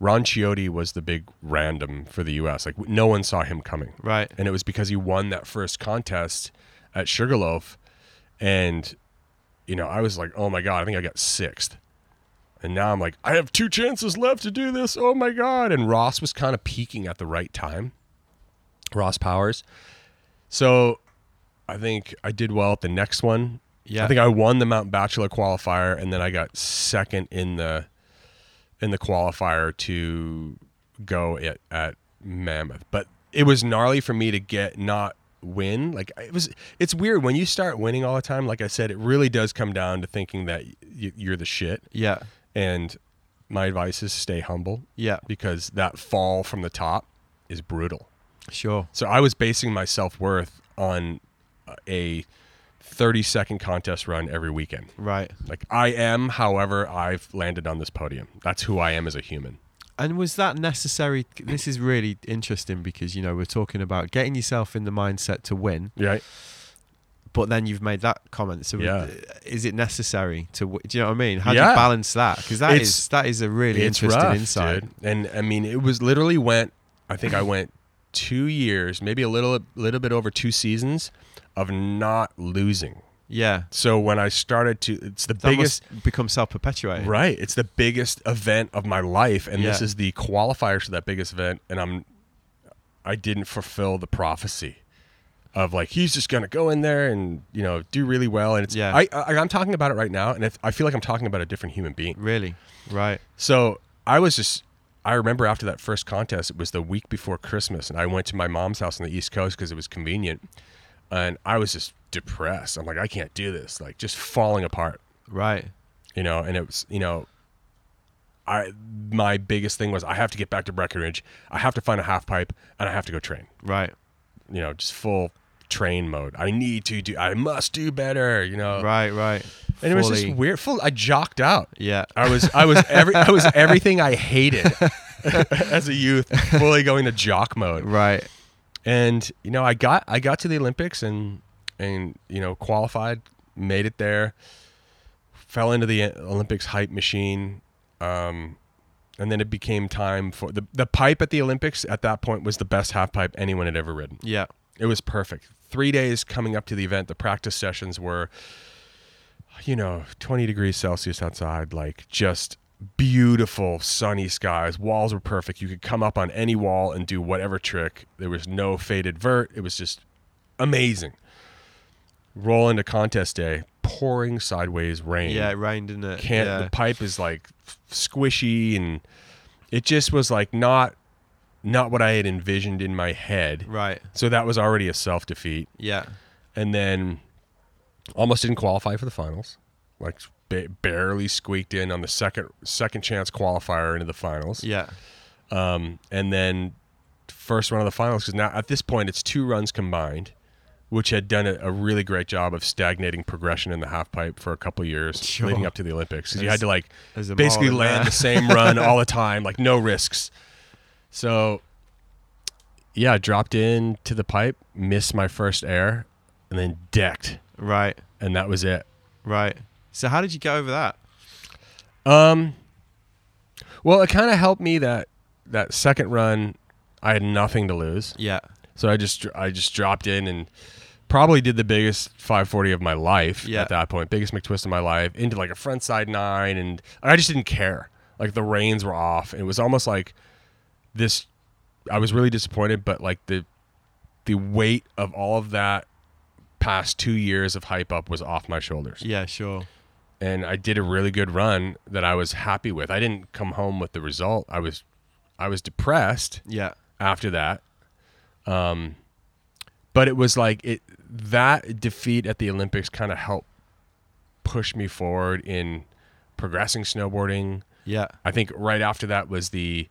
S2: Ron Chiotti was the big random for the US. Like no one saw him coming.
S1: Right.
S2: And it was because he won that first contest at Sugarloaf. And, you know, I was like, oh my God, I think I got sixth. And now I'm like, I have two chances left to do this. Oh my God. And Ross was kind of peaking at the right time, Ross Powers. So I think I did well at the next one.
S1: Yeah.
S2: I think I won the Mount Bachelor qualifier, and then I got second in the in the qualifier to go at, at Mammoth. But it was gnarly for me to get not win. Like it was, it's weird when you start winning all the time. Like I said, it really does come down to thinking that y- you're the shit.
S1: Yeah.
S2: And my advice is stay humble
S1: Yeah.
S2: because that fall from the top is brutal.
S1: Sure.
S2: So I was basing my self worth on uh, a 30 second contest run every weekend.
S1: Right.
S2: Like I am, however, I've landed on this podium. That's who I am as a human.
S1: And was that necessary? This is really interesting because, you know, we're talking about getting yourself in the mindset to win,
S2: Right.
S1: but then you've made that comment. So uh,
S2: Yeah.
S1: is it necessary to, w- do you know what I mean? How do you
S2: Yeah.
S1: balance that? Because that
S2: It's-
S1: is- that is a really interesting insight.
S2: dude. And I mean, it was literally went. I think I went two years, maybe a little, little bit over two seasons of not losing.
S1: Yeah.
S2: So when I started to, it's the
S1: That
S2: biggest.
S1: must become self perpetuating.
S2: Right. It's the biggest event of my life, and this
S1: Yeah.
S2: is the qualifiers to that biggest event, and I'm I didn't fulfill the prophecy of like he's just gonna go in there and you know do really well, and it's
S1: Yeah.
S2: I, I I'm talking about it right now, and it's, I feel like I'm talking about a different human being.
S1: Really? Right.
S2: So I was just. I remember after that first contest, it was the week before Christmas, and I went to my mom's house on the East Coast because it was convenient. And I was just depressed. I'm like, I can't do this. Like, just falling apart
S1: Right.
S2: you know and it was you know i my biggest thing was i have to get back to breckenridge i have to find a half pipe and i have to go train
S1: Right.
S2: you know just full train mode i need to do i must do better you know
S1: Right. Right.
S2: and it was
S1: Fully-
S2: Uh, just weird full i jocked out
S1: Yeah.
S2: i was i was every i was everything i hated as a youth fully going to jock mode
S1: Right.
S2: and you know i got i got to the olympics and and you know qualified made it there fell into the uh, olympics hype machine um and then it became time for the, the pipe at the olympics at that point was the best half pipe anyone had ever ridden
S1: Yeah.
S2: it was perfect three days coming up to the event the practice sessions were you know 20 degrees celsius outside like just beautiful sunny skies walls were perfect you could come up on any wall and do whatever trick there was no faded vert it was just amazing roll into contest day pouring sideways rain
S1: Yeah. It rained, didn't it?
S2: can't
S1: Yeah.
S2: the pipe is like squishy and it just was like not not what i had envisioned in my head
S1: Right.
S2: so that was already a self defeat.
S1: Yeah.
S2: And then almost didn't qualify for the finals. Like ba- barely squeaked in on the second second chance qualifier into the finals.
S1: Yeah.
S2: Um, and then first run of the finals because now at this point it's two runs combined, which had done a, a really great job of stagnating progression in the half pipe for a couple years
S1: Sure.
S2: leading up to the Olympics because you
S1: There's-
S2: had to like
S1: there's a
S2: basically
S1: mall in
S2: land
S1: there.
S2: the same run all the time, like no risks. So yeah, I dropped in to the pipe, missed my first air, and then decked,
S1: Right.
S2: and that was it.
S1: Right. So how did you get over that?
S2: Um, well, it kind of helped me that that second run, I had nothing to lose.
S1: Yeah.
S2: So I just I just dropped in and probably did the biggest 540 of my life
S1: Yeah.
S2: at that point, biggest McTwist of my life into like a front side nine, and I just didn't care. Like the reins were off. It was almost like this I was really disappointed, but like the the weight of all of that past two years of hype up was off my shoulders.
S1: Yeah, sure.
S2: and I did a really good run that I was happy with. I didn't come home with the result. I was I was depressed
S1: Yeah.
S2: after that. Um but it was like it that defeat at the Olympics kind of helped push me forward in progressing snowboarding.
S1: Yeah.
S2: I think right after that was the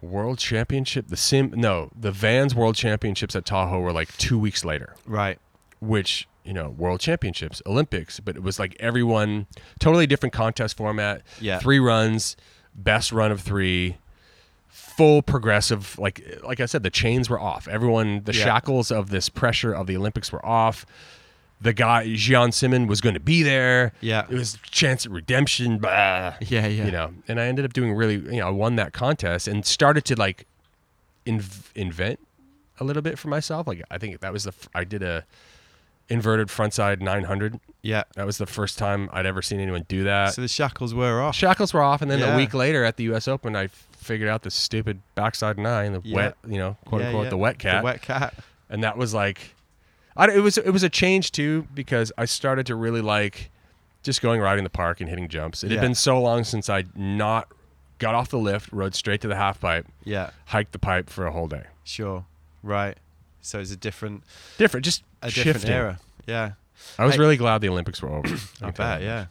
S2: World Championship, the Sim no, the Vans World Championships at Tahoe were like 2 weeks later
S1: Right.
S2: which you know world championships olympics but it was like everyone totally different contest format
S1: Yeah.
S2: three runs best run of three full progressive like like i said the chains were off everyone the
S1: Yeah.
S2: shackles of this pressure of the olympics were off the guy jean simon was going to be there
S1: Yeah.
S2: it was chance at redemption blah
S1: Yeah, yeah.
S2: you know and i ended up doing really you know i won that contest and started to like inv- invent a little bit for myself like i think that was the f- i did a inverted frontside 900
S1: Yeah.
S2: that was the first time i'd ever seen anyone do that
S1: So the shackles were off.
S2: shackles were off and then
S1: Yeah.
S2: a week later at the us open i figured out the stupid backside nine the
S1: Yeah.
S2: wet you know quote
S1: Yeah,
S2: unquote
S1: yeah.
S2: the wet cat
S1: The wet cat.
S2: and that was like I, don't- it was it was a change too because I started to really like just going riding the park and hitting jumps. It
S1: Yeah.
S2: had been so long since I not got off the lift, rode straight to the half pipe,
S1: Yeah.
S2: hiked the pipe for a whole day.
S1: Sure. Right. So it's a different
S2: Different, just
S1: a
S2: shifting.
S1: different era. Yeah.
S2: I was
S1: Hey.
S2: really glad the Olympics were over.
S1: I bet, yeah.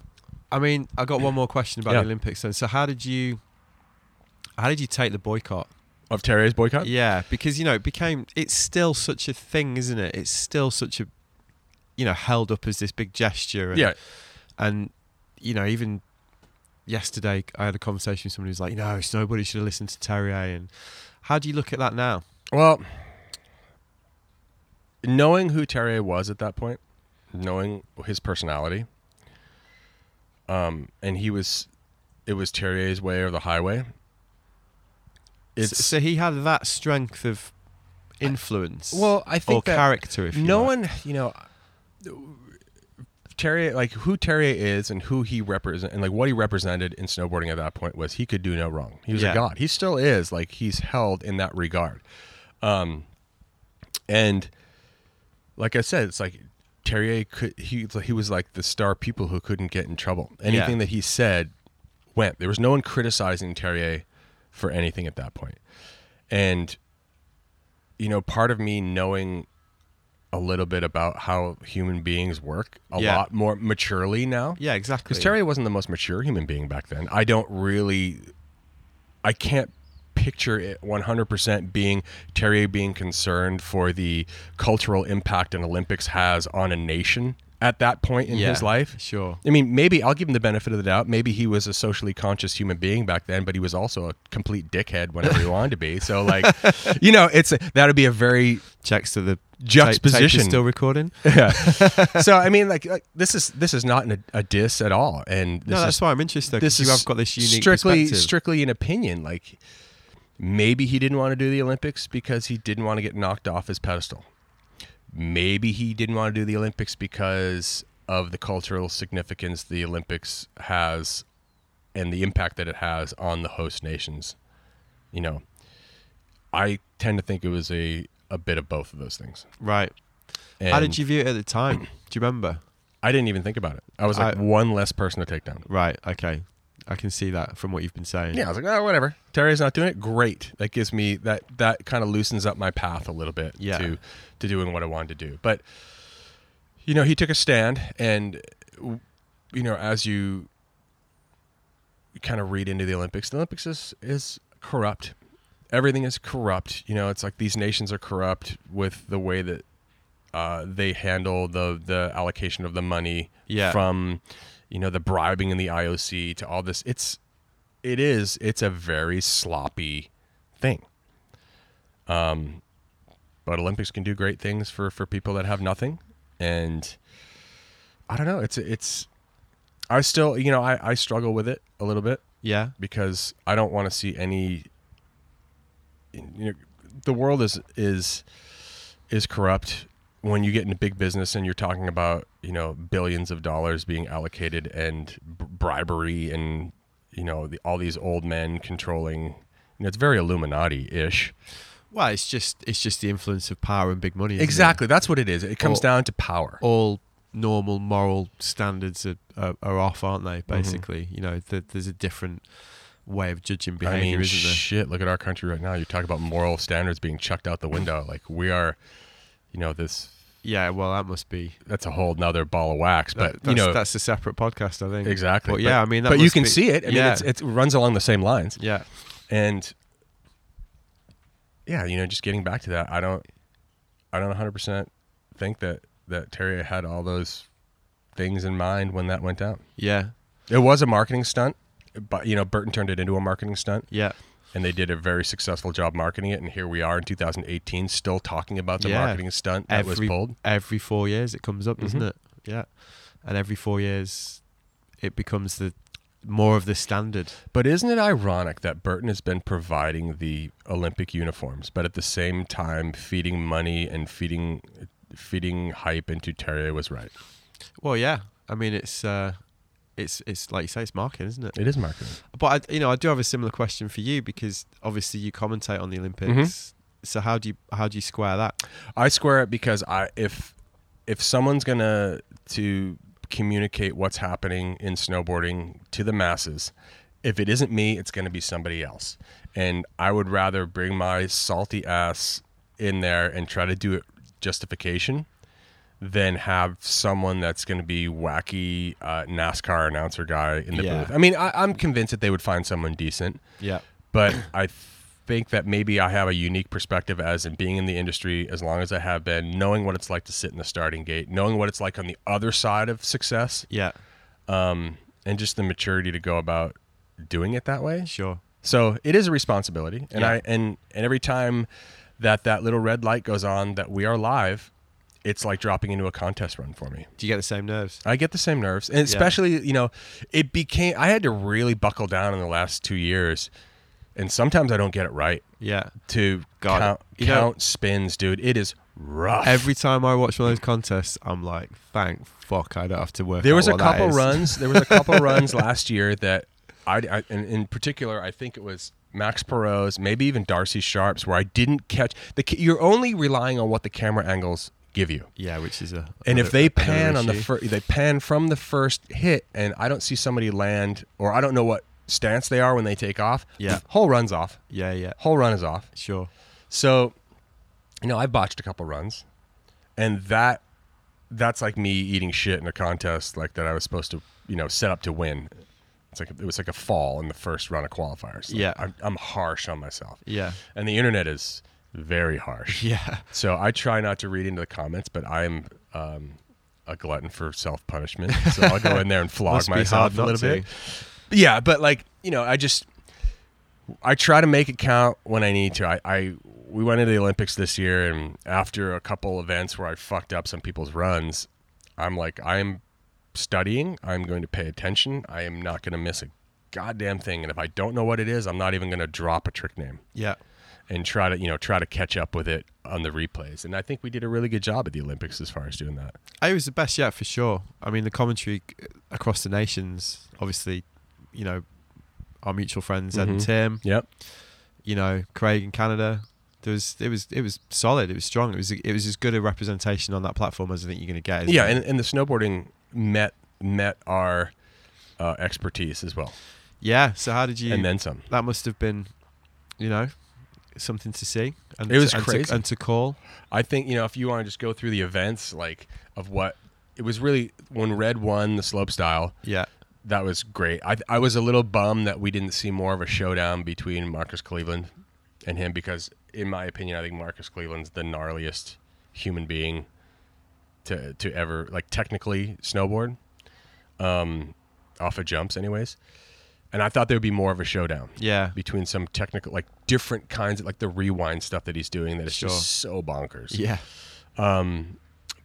S1: I mean, I got one more question about
S2: Yeah.
S1: the Olympics then. So how did you how did you take the boycott?
S2: Of Terry's boycott,
S1: Yeah, because you know, it became it's still such a thing, isn't it? It's still such a you know, held up as this big gesture and
S2: yeah,
S1: and you know even yesterday i had a conversation with somebody who's like no it's nobody should have listened to terrier and how do you look at that now
S2: Well, knowing who Terrier was at that point, knowing his personality, um, and he was, it was Terrier's way or the highway.
S1: it's,
S2: It's
S1: so he had that strength of influence
S2: well, I
S1: or
S2: think that
S1: character if you
S2: no
S1: like.
S2: one, you know, Terrier, like who Terrier is and who he represent, and like what he represented in snowboarding at that point was he could do no wrong. He was
S1: Yeah.
S2: a god. He still is. Like he's held in that regard. Um, and like I said, it's like Terrier could he he was like the star people who couldn't get in trouble. Anything that he said went. There was no one criticizing Terrier for anything at that point. And you know, part of me knowing a little bit about how human beings work a
S1: Yeah.
S2: lot more maturely now.
S1: yeah exactly
S2: Because Terry wasn't the most mature human being back then. I don't really, I can't picture it 100% being Terry being concerned for the cultural impact an Olympics has on a nation at that point in
S1: yeah,
S2: his life.
S1: sure
S2: I mean, maybe I'll give him the benefit of the doubt. Maybe he was a socially conscious human being back then, but he was also a complete dickhead whenever he wanted to be. So, like, you know, it's that would be a very
S1: checks to the tape- tape is
S2: Juxtaposition.
S1: still recording
S2: yeah. so I mean, like, like this is this is not an, a diss at all, and this
S1: no that's
S2: is
S1: why i'm interested because
S2: this
S1: you
S2: is
S1: have got this unique
S2: strictly
S1: perspective.
S2: strictly an opinion. Like, maybe he didn't want to do the Olympics because he didn't want to get knocked off his pedestal. Maybe he didn't want to do the Olympics because of the cultural significance the Olympics has and the impact that it has on the host nations. You know, I tend to think it was a a bit of both of those things.
S1: right
S2: And
S1: how did you view it at the time do you remember
S2: I didn't even think about it. I was like
S1: I-
S2: one less person to take down.
S1: right okay i can see that from what you've been saying
S2: Yeah, I was like, oh, whatever. Terry's not doing it. Great. That gives me that that kind of loosens up my path a little bit
S1: Yeah.
S2: to to doing what I wanted to do. But you know, he took a stand, and w- you know, as you kind of read into the Olympics, the Olympics is is corrupt. Everything is corrupt. You know, it's like these nations are corrupt with the way that uh, they handle the the allocation of the money
S1: Yeah.
S2: from you know the bribing in the IOC to all this. It's it is it's a very sloppy thing. Um, but Olympics can do great things for for people that have nothing, and I don't know. It's it's I still you know I I struggle with it a little bit
S1: yeah
S2: because I don't want to see any. You know, the world is is is corrupt. When you get into big business and you're talking about you know billions of dollars being allocated and b- bribery and you know the, all these old men controlling You know, it's very Illuminati ish.
S1: Well, it's just it's just the influence of power and big money. isn't it?
S2: Exactly. That's what it is. It comes
S1: Or-
S2: down to power.
S1: All normal moral standards are, are, are off, aren't they?
S2: Mm-hmm.
S1: Basically, you know, th- there's a different way of judging
S2: I
S1: behavior,
S2: mean,
S1: isn't there?
S2: shit. Look at our country right now. You talk about moral standards being chucked out the window. Like we are, you know, this.
S1: Yeah. Well, that must be.
S2: That's a whole nother ball of wax.
S1: That,
S2: But
S1: that's,
S2: you know,
S1: that's a separate podcast, I think.
S2: exactly.
S1: But
S2: But-
S1: yeah, I mean, that
S2: but you
S1: must
S2: can
S1: be-
S2: see it. I mean,
S1: yeah,
S2: it's, it runs along the same lines.
S1: yeah.
S2: and yeah, you know, just getting back to that, I don't, I don't 100 percent think that that Terry had all those things in mind when that went down.
S1: Yeah,
S2: It was a marketing stunt, but you know, Burton turned it into a marketing stunt,
S1: yeah,
S2: and they did a very successful job marketing it. And here we are in 2018, still talking about the
S1: Yeah.
S2: marketing stunt that was pulled.
S1: every four years it comes up, doesn't
S2: Mhm.
S1: it? Yeah, and every four years it becomes the more of the standard.
S2: But isn't it ironic that Burton has been providing the Olympic uniforms, but at the same time feeding money and feeding feeding hype into Terry was right.
S1: Well, yeah, I mean it's uh, it's it's like you say, it's marketing, isn't it?
S2: It is marketing.
S1: But I, you know, I do have a similar question for you because obviously you commentate on the Olympics.
S2: Mm-hmm.
S1: So how do you how do you square that?
S2: I square it because I if if someone's gonna to communicate what's happening in snowboarding to the masses, if it isn't me, it's gonna be somebody else. And I would rather bring my salty ass in there and try to do it justification than have someone that's going to be wacky uh, NASCAR announcer guy in the
S1: Yeah.
S2: booth. I mean, I, I'm convinced that they would find someone decent
S1: Yeah,
S2: but I think that maybe I have a unique perspective as in being in the industry as long as I have been, knowing what it's like to sit in the starting gate, knowing what it's like on the other side of success,
S1: yeah,
S2: um, and just the maturity to go about doing it that way.
S1: sure.
S2: So it is a responsibility, and
S1: Yeah.
S2: I and and every time that that little red light goes on that we are live. It's like dropping into a contest run for me.
S1: Do you get the same nerves?
S2: I get the same nerves, and especially you know, it became. I had to really buckle down in the last two years, and sometimes I don't get it right
S1: Yeah.
S2: to
S1: Got it.
S2: count,
S1: You know-
S2: count spins, dude. It is rough.
S1: Every time I watch one of those contests, I'm like, thank fuck, I don't have to work.
S2: there
S1: out
S2: was a
S1: what that
S2: couple
S1: is.
S2: runs. There was a couple runs last year that I, I in, in particular, I think it was Max Perot's, maybe even Darcy Sharp's, where I didn't catch the. ca- You're only relying on what the camera angles give you.
S1: Yeah, which is a.
S2: And if
S1: another-
S2: they
S1: another
S2: pan on the
S1: issue.
S2: first, they pan from the first hit, and I don't see somebody land, or I don't know what stance they are when they take off.
S1: Yeah.
S2: whole run's off.
S1: yeah, yeah,
S2: Whole run is off.
S1: sure,
S2: So, you know, I botched a couple runs, and that that's like me eating shit in a contest like that I was supposed to, you know, set up to win. It's like it was like a fall in the first run of qualifiers. Like,
S1: Yeah.
S2: I'm, I'm harsh on myself,
S1: yeah,
S2: and the internet is very harsh.
S1: yeah,
S2: So I try not to read into the comments, but I'm um, a glutton for self punishment. So I'll go in there and flog
S1: Must be hard
S2: myself a
S1: not
S2: little bit.
S1: to.
S2: Yeah, but like you know, I just I try to make it count when I need to. I, I we went into the Olympics this year, and after a couple events where I fucked up some people's runs, I'm like I'm studying. I'm going to pay attention. I am not going to miss a goddamn thing. And if I don't know what it is, I'm not even going to drop a trick name
S1: yeah.
S2: and try to you know try to catch up with it on the replays. And I think we did a really good job at the Olympics as far as doing that.
S1: It was the best yet for sure. I mean, the commentary c- across the nations, obviously, you know, our mutual friends Ed and
S2: Mhm.
S1: Tim,
S2: Yep.
S1: you know, Craig in Canada. There was it was it was solid. It was strong. It was it was as good a representation on that platform as I think you're going to get. isn't
S2: Yeah,
S1: it?
S2: and, and the snowboarding met met our uh, expertise as well,
S1: yeah. So how did you?
S2: and then some.
S1: that must have been, you know, something to see. And
S2: It was
S1: to, and to-
S2: crazy.
S1: and to call.
S2: I think you know if you want to just go through the events like of what it was really when Red won the slope style.
S1: Yeah,
S2: That was great. I, I was a little bummed that we didn't see more of a showdown between Marcus Cleveland and him because, in my opinion, I think Marcus Cleveland's the gnarliest human being to to ever like technically snowboard, um, off of jumps, anyways. And I thought there would be more of a showdown
S1: yeah.
S2: between some technical, like different kinds of like the rewind stuff that he's doing that is
S1: Sure.
S2: just so bonkers
S1: Yeah.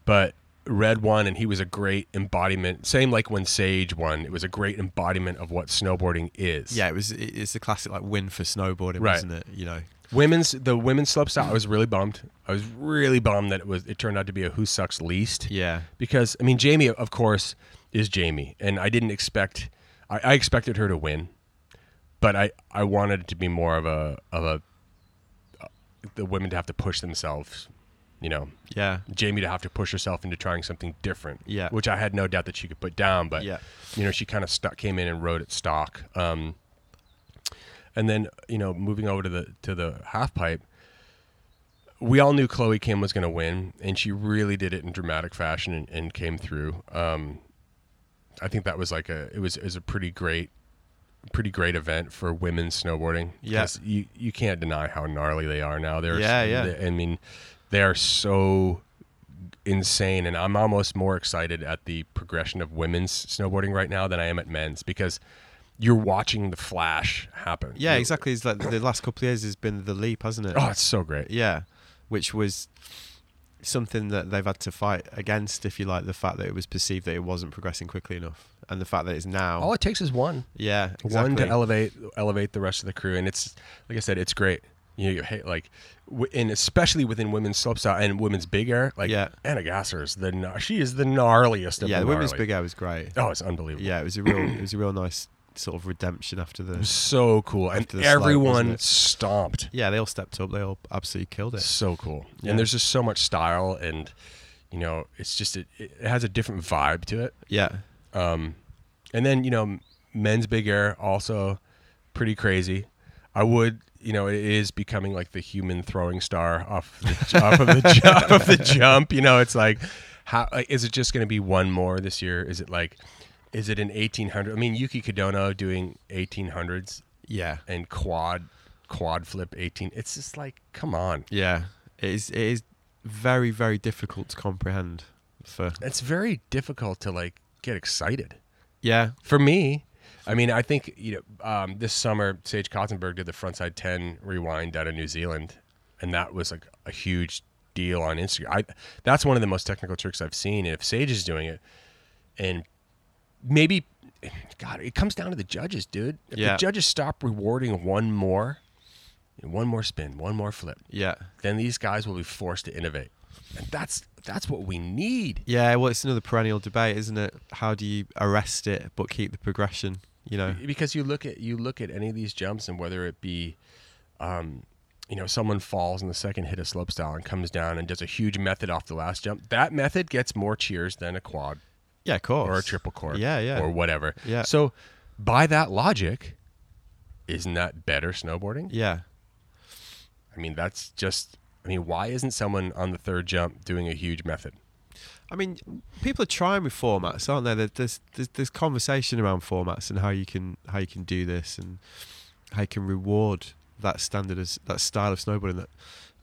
S2: but Red won, and he was a great embodiment. Same like when Sage won, it was a great embodiment of what snowboarding is.
S1: Yeah, it was it- it's the classic like win for snowboarding,
S2: Right.
S1: wasn't it? You know.
S2: women's the women's slopestyle. I was really bummed. I was really bummed that it was it turned out to be a who sucks least.
S1: Yeah.
S2: because I mean Jamie, of course, is Jamie, and I didn't expect. I, I expected her to win, but I I wanted it to be more of a of a uh, the women to have to push themselves, you know.
S1: Yeah.
S2: Jamie to have to push herself into trying something different,
S1: Yeah.
S2: which I had no doubt that she could put down, but
S1: Yeah.
S2: you know she kind of stuck came in and rode it stock. Um, and then you know moving over to the to the half pipe, we all knew Chloe Kim was going to win, and she really did it in dramatic fashion and, and came through. Um, I think that was like a it was it was a pretty great pretty great event for women snowboarding.
S1: Yeah.
S2: 'Cause you you can't deny how gnarly they are now. They're
S1: Yeah, yeah.
S2: they- I mean, they are so insane, and I'm almost more excited at the progression of women's snowboarding right now than I am at men's because you're watching the flash happen.
S1: Yeah,
S2: You-
S1: exactly. It's like the last couple of years has been the leap, hasn't it?
S2: Oh, it's so great.
S1: Yeah, which was something that they've had to fight against, if you like, the fact that it was perceived that it wasn't progressing quickly enough, and the fact that it's now.
S2: All it takes is one.
S1: yeah,
S2: one
S1: exactly.
S2: to elevate elevate the rest of the crew and it's like i said it's great you know you hate like w- and especially within women's slopestyle and women's big air like
S1: Yeah.
S2: anna gasser is the gna- she is the gnarliest of
S1: yeah,
S2: the
S1: the women's
S2: gnarly.
S1: big air was great.
S2: oh it's unbelievable
S1: Yeah, it was a real, it was a real nice sort of redemption after the.
S2: so cool and
S1: After the slope,
S2: everyone
S1: wasn't it?
S2: stomped
S1: Yeah, they all stepped up. They all absolutely killed it.
S2: so cool
S1: Yeah.
S2: and there's just so much style and you know it's just it, it has a different vibe to it
S1: Yeah,
S2: Um, and then you know, men's big air also pretty crazy. I would, you know, it is becoming like the human throwing star off the, off of the ju- off of the jump. You know, it's like, how like, is it just going to be one more this year? Is it like, is it an eighteen hundred? I mean, Yuki Kodono doing eighteen hundreds
S1: yeah,
S2: and quad quad flip eighteen. It's just like, come on.
S1: yeah. It is. It is very, very difficult to comprehend. For
S2: It's very difficult to like get excited.
S1: yeah,
S2: for me, I mean, I think you know um, this summer Sage Kotzenberg did the frontside ten rewind down in New Zealand, and that was like a huge deal on Instagram. I that's one of the most technical tricks I've seen. And if Sage is doing it, and maybe, God, it comes down to the judges, dude. If
S1: Yeah.
S2: the judges stop rewarding one more, one more spin, one more flip,
S1: yeah,
S2: then these guys will be forced to innovate, and that's that's what we need.
S1: yeah. Well, it's another perennial debate, isn't it? How do you arrest it but keep the progression? You know.
S2: because you look at you look at any of these jumps and whether it be um you know someone falls in the second hit a slope style and comes down and does a huge method off the last jump that method gets more cheers than a quad
S1: Yeah, of course.
S2: or a triple core
S1: Oh, Yeah, yeah.
S2: or whatever
S1: Yeah.
S2: so by that logic isn't that better snowboarding
S1: Yeah,
S2: i mean that's just i mean why isn't someone on the third jump doing a huge method
S1: I mean, people are trying with formats, aren't they? There- There's, there's there's conversation around formats and how you can how you can do this and how you can reward that standard as that style of snowboarding that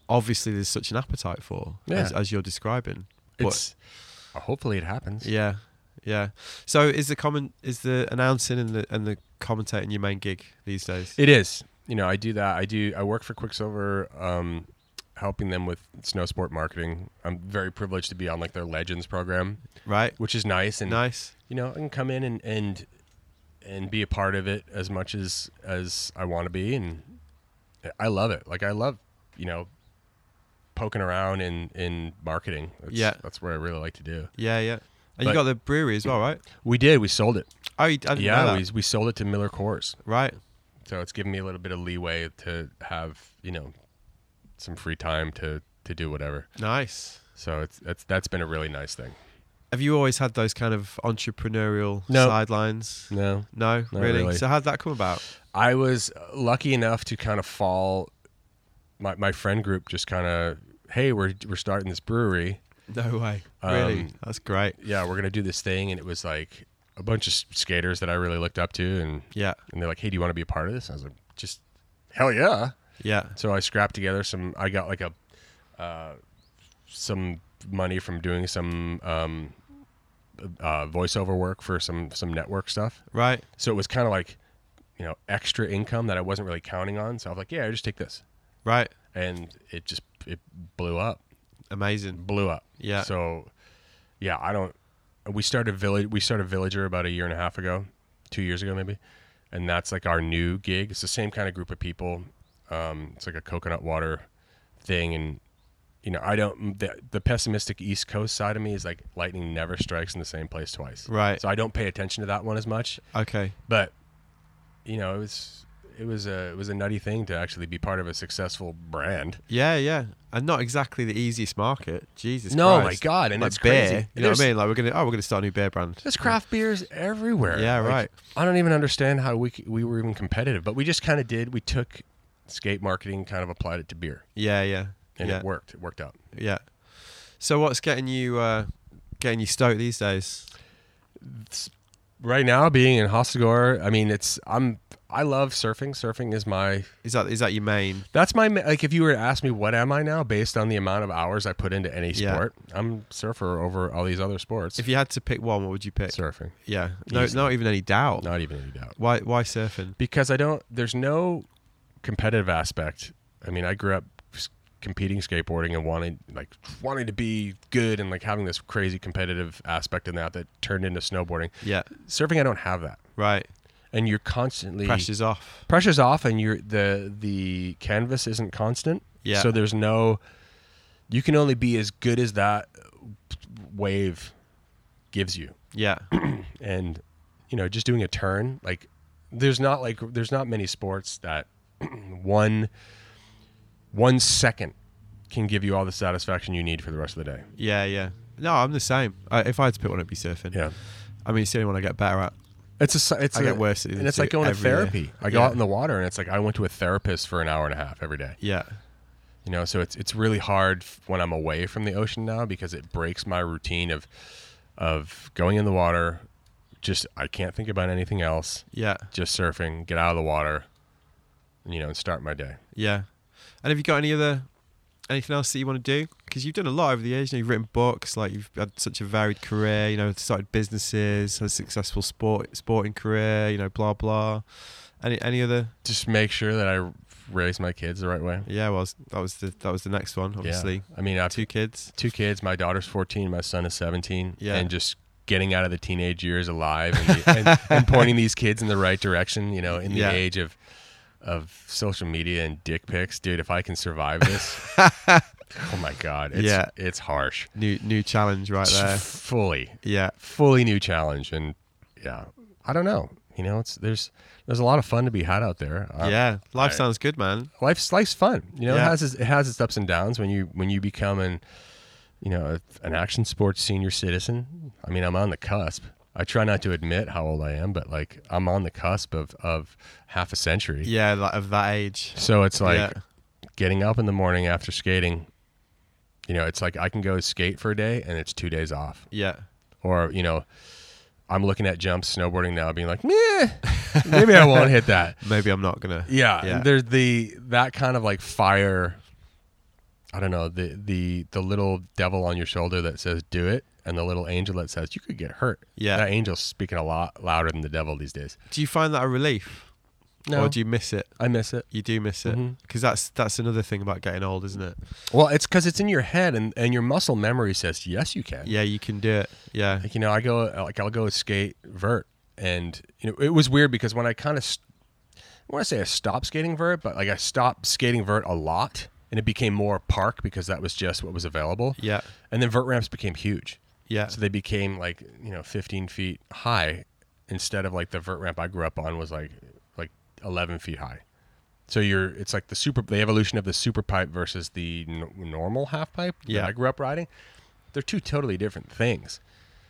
S1: obviously there's such an appetite for as,
S2: Yeah.
S1: as you're describing. But-
S2: it's uh, hopefully it happens
S1: Yeah, yeah. So is the comment is the announcing and the and the commentating your main gig these days?
S2: It is. You know, I do that. I do. I work for Quicksilver, um, helping them with snow sport marketing. I'm very privileged to be on like their Legends program,
S1: right?
S2: which is nice. And
S1: Nice.
S2: you know, I can come in and and and be a part of it as much as as I want to be. And I love it. Like I love you know poking around in in marketing. That's,
S1: Yeah.
S2: that's what I really like to do.
S1: Yeah, yeah. And you got
S2: But-
S1: the brewery as well, right?
S2: We did. We sold it.
S1: Oh, you, I didn't know
S2: Yeah,
S1: that.
S2: we we sold it to Miller Coors.
S1: Right.
S2: so it's given me a little bit of leeway to have you know some free time to to do whatever
S1: Nice.
S2: so it's that's that's been a really nice thing
S1: Have you always had those kind of entrepreneurial
S2: No.
S1: sidelines?
S2: no
S1: No,
S2: Not
S1: really?
S2: really.
S1: So how'd that come about?
S2: i was lucky enough to kind of fall my, my friend group just kind of hey we're we're starting this brewery
S1: No way. Really?
S2: Um,
S1: That's great.
S2: yeah we're gonna do this thing and it was like a bunch of s- skaters that i really looked up to and
S1: Yeah.
S2: and they're like hey do you want to be a part of this i was like just hell yeah
S1: Yeah.
S2: So I scrapped together some. I got like a uh, some money from doing some um, uh, voiceover work for some some network stuff.
S1: Right.
S2: So it was kind of like you know extra income that I wasn't really counting on. So I was like, yeah, I just take this,
S1: Right.
S2: and it just it blew up,
S1: Amazing.
S2: blew up.
S1: Yeah.
S2: So yeah, I don't. We started village. We started Villager about a year and a half ago, two years ago maybe, and that's like our new gig. It's the same kind of group of people. Um, it's like a coconut water thing, and you know I don't. The, the pessimistic East Coast side of me is like lightning never strikes in the same place twice.
S1: Right.
S2: So I don't pay attention to that one as much.
S1: Okay.
S2: But you know it was it was a it was a nutty thing to actually be part of a successful brand.
S1: Yeah, yeah, and not exactly the easiest market. Jesus,
S2: no,
S1: Christ.
S2: my God, and
S1: like
S2: it's
S1: beer. You
S2: crazy.
S1: know what I
S2: There's-
S1: mean? Like we're gonna oh, we're gonna start a new beer brand.
S2: There's craft beers everywhere.
S1: Yeah,
S2: Like,
S1: right.
S2: I don't even understand how we c- we were even competitive, but we just kind of did. We took skate marketing, kind of applied it to beer,
S1: Yeah, yeah,
S2: and
S1: yeah,
S2: it worked. It worked out.
S1: yeah. So what's getting you uh, getting you stoked these days?
S2: Right now, being in Hostagore, I mean, it's I'm I love surfing. Surfing is my
S1: Is that is that your main?
S2: that's my ma- like. If you were to ask me what am I now, based on the amount of hours I put into any
S1: Yeah.
S2: sport, I'm surfer over all these other sports.
S1: If you had to pick one, what would you pick?
S2: surfing,
S1: Yeah, no,
S2: Easy.
S1: not even any doubt.
S2: not even any doubt.
S1: Why why surfing?
S2: because I don't. There's no competitive aspect. I mean, I grew up s- competing skateboarding and wanting like wanting to be good and like having this crazy competitive aspect in that that turned into snowboarding.
S1: Yeah,
S2: Surfing, I don't have that,
S1: right.
S2: and you're constantly
S1: Pressure's off.
S2: pressure's off, and you're the the canvas isn't constant.
S1: Yeah.
S2: So there's no. You can only be as good as that wave gives you
S1: Yeah,
S2: and you know just doing a turn like there's not like there's not many sports that one one second can give you all the satisfaction you need for the rest of the day
S1: yeah, yeah. No, I'm the same. I, if I had to pick one, it'd be surfing.
S2: yeah
S1: I mean, it's the only one I get better at.
S2: it's a s- it's
S1: I
S2: a-
S1: get worse at
S2: and it's
S1: it
S2: like going to
S1: every year.
S2: therapy i go
S1: Yeah.
S2: out in the water and it's like i went to a therapist for an hour and a half every day
S1: Yeah,
S2: you know so it's it's really hard f- when i'm away from the ocean now because it breaks my routine of of going in the water just i can't think about anything else
S1: yeah,
S2: just surfing, get out of the water, you know, and start my day.
S1: yeah. And have you got any other anything else that you want to do? Because you've done a lot over the years. You know, you've written books. Like you've had such a varied career. You know, started businesses, had a successful sport sporting career. You know, blah blah. Any any other?
S2: Just make sure that I raise my kids the right way.
S1: Yeah, well, that was the that was the next one. Obviously,
S2: Yeah. I mean, I've two,
S1: two kids.
S2: two kids. My daughter's 14, my son is 17.
S1: Yeah.
S2: And just getting out of the teenage years alive and, and, and pointing these kids in the right direction, you know, in the
S1: Yeah.
S2: age of of social media and dick pics. Dude, if I can survive this, oh my God. It's,
S1: Yeah. uh,
S2: It's harsh.
S1: New new challenge right
S2: It's
S1: there.
S2: Fully.
S1: Yeah,
S2: fully new challenge and yeah i don't know you know it's there's there's a lot of fun to be had out there Uh,
S1: yeah. Life
S2: I-
S1: sounds good, man.
S2: life's life's fun you know it
S1: Yeah.
S2: has its, it has its ups and downs when you when you become an you know a, an action sports senior citizen i mean i'm on the cusp i try not to admit how old i am but like i'm on the cusp of of half a century
S1: Yeah, like of that age.
S2: so it's like
S1: yeah.
S2: getting up in the morning after skating you know it's like i can go skate for a day and it's two days off
S1: Yeah.
S2: or you know i'm looking at jumps snowboarding now being like meh, maybe i won't hit that
S1: Maybe I'm not gonna.
S2: yeah,
S1: Yeah.
S2: there's the that kind of like fire i don't know the the the little devil on your shoulder that says do it and the little angel that says you could get hurt
S1: Yeah.
S2: that angel's speaking a lot louder than the devil these days
S1: Do you find that a relief?
S2: no
S1: Or do you miss it?
S2: i miss it
S1: You do miss it
S2: Mhm.
S1: because that's that's another thing about getting old, isn't it?
S2: well it's because it's in your head and and your muscle memory says yes you can
S1: Yeah, you can do it. Yeah,
S2: like you know i go like i'll go skate vert and you know it was weird because when i kind of st- i want to say i stopped skating vert but like i stopped skating vert a lot and it became more park because that was just what was available
S1: yeah,
S2: and then vert ramps became huge
S1: yeah,
S2: so they became like you know 15 feet high instead of like the vert ramp i grew up on was like like 11 feet high so you're it's like the super the evolution of the super pipe versus the n- normal half pipe
S1: Yeah.
S2: that i grew up riding they're two totally different things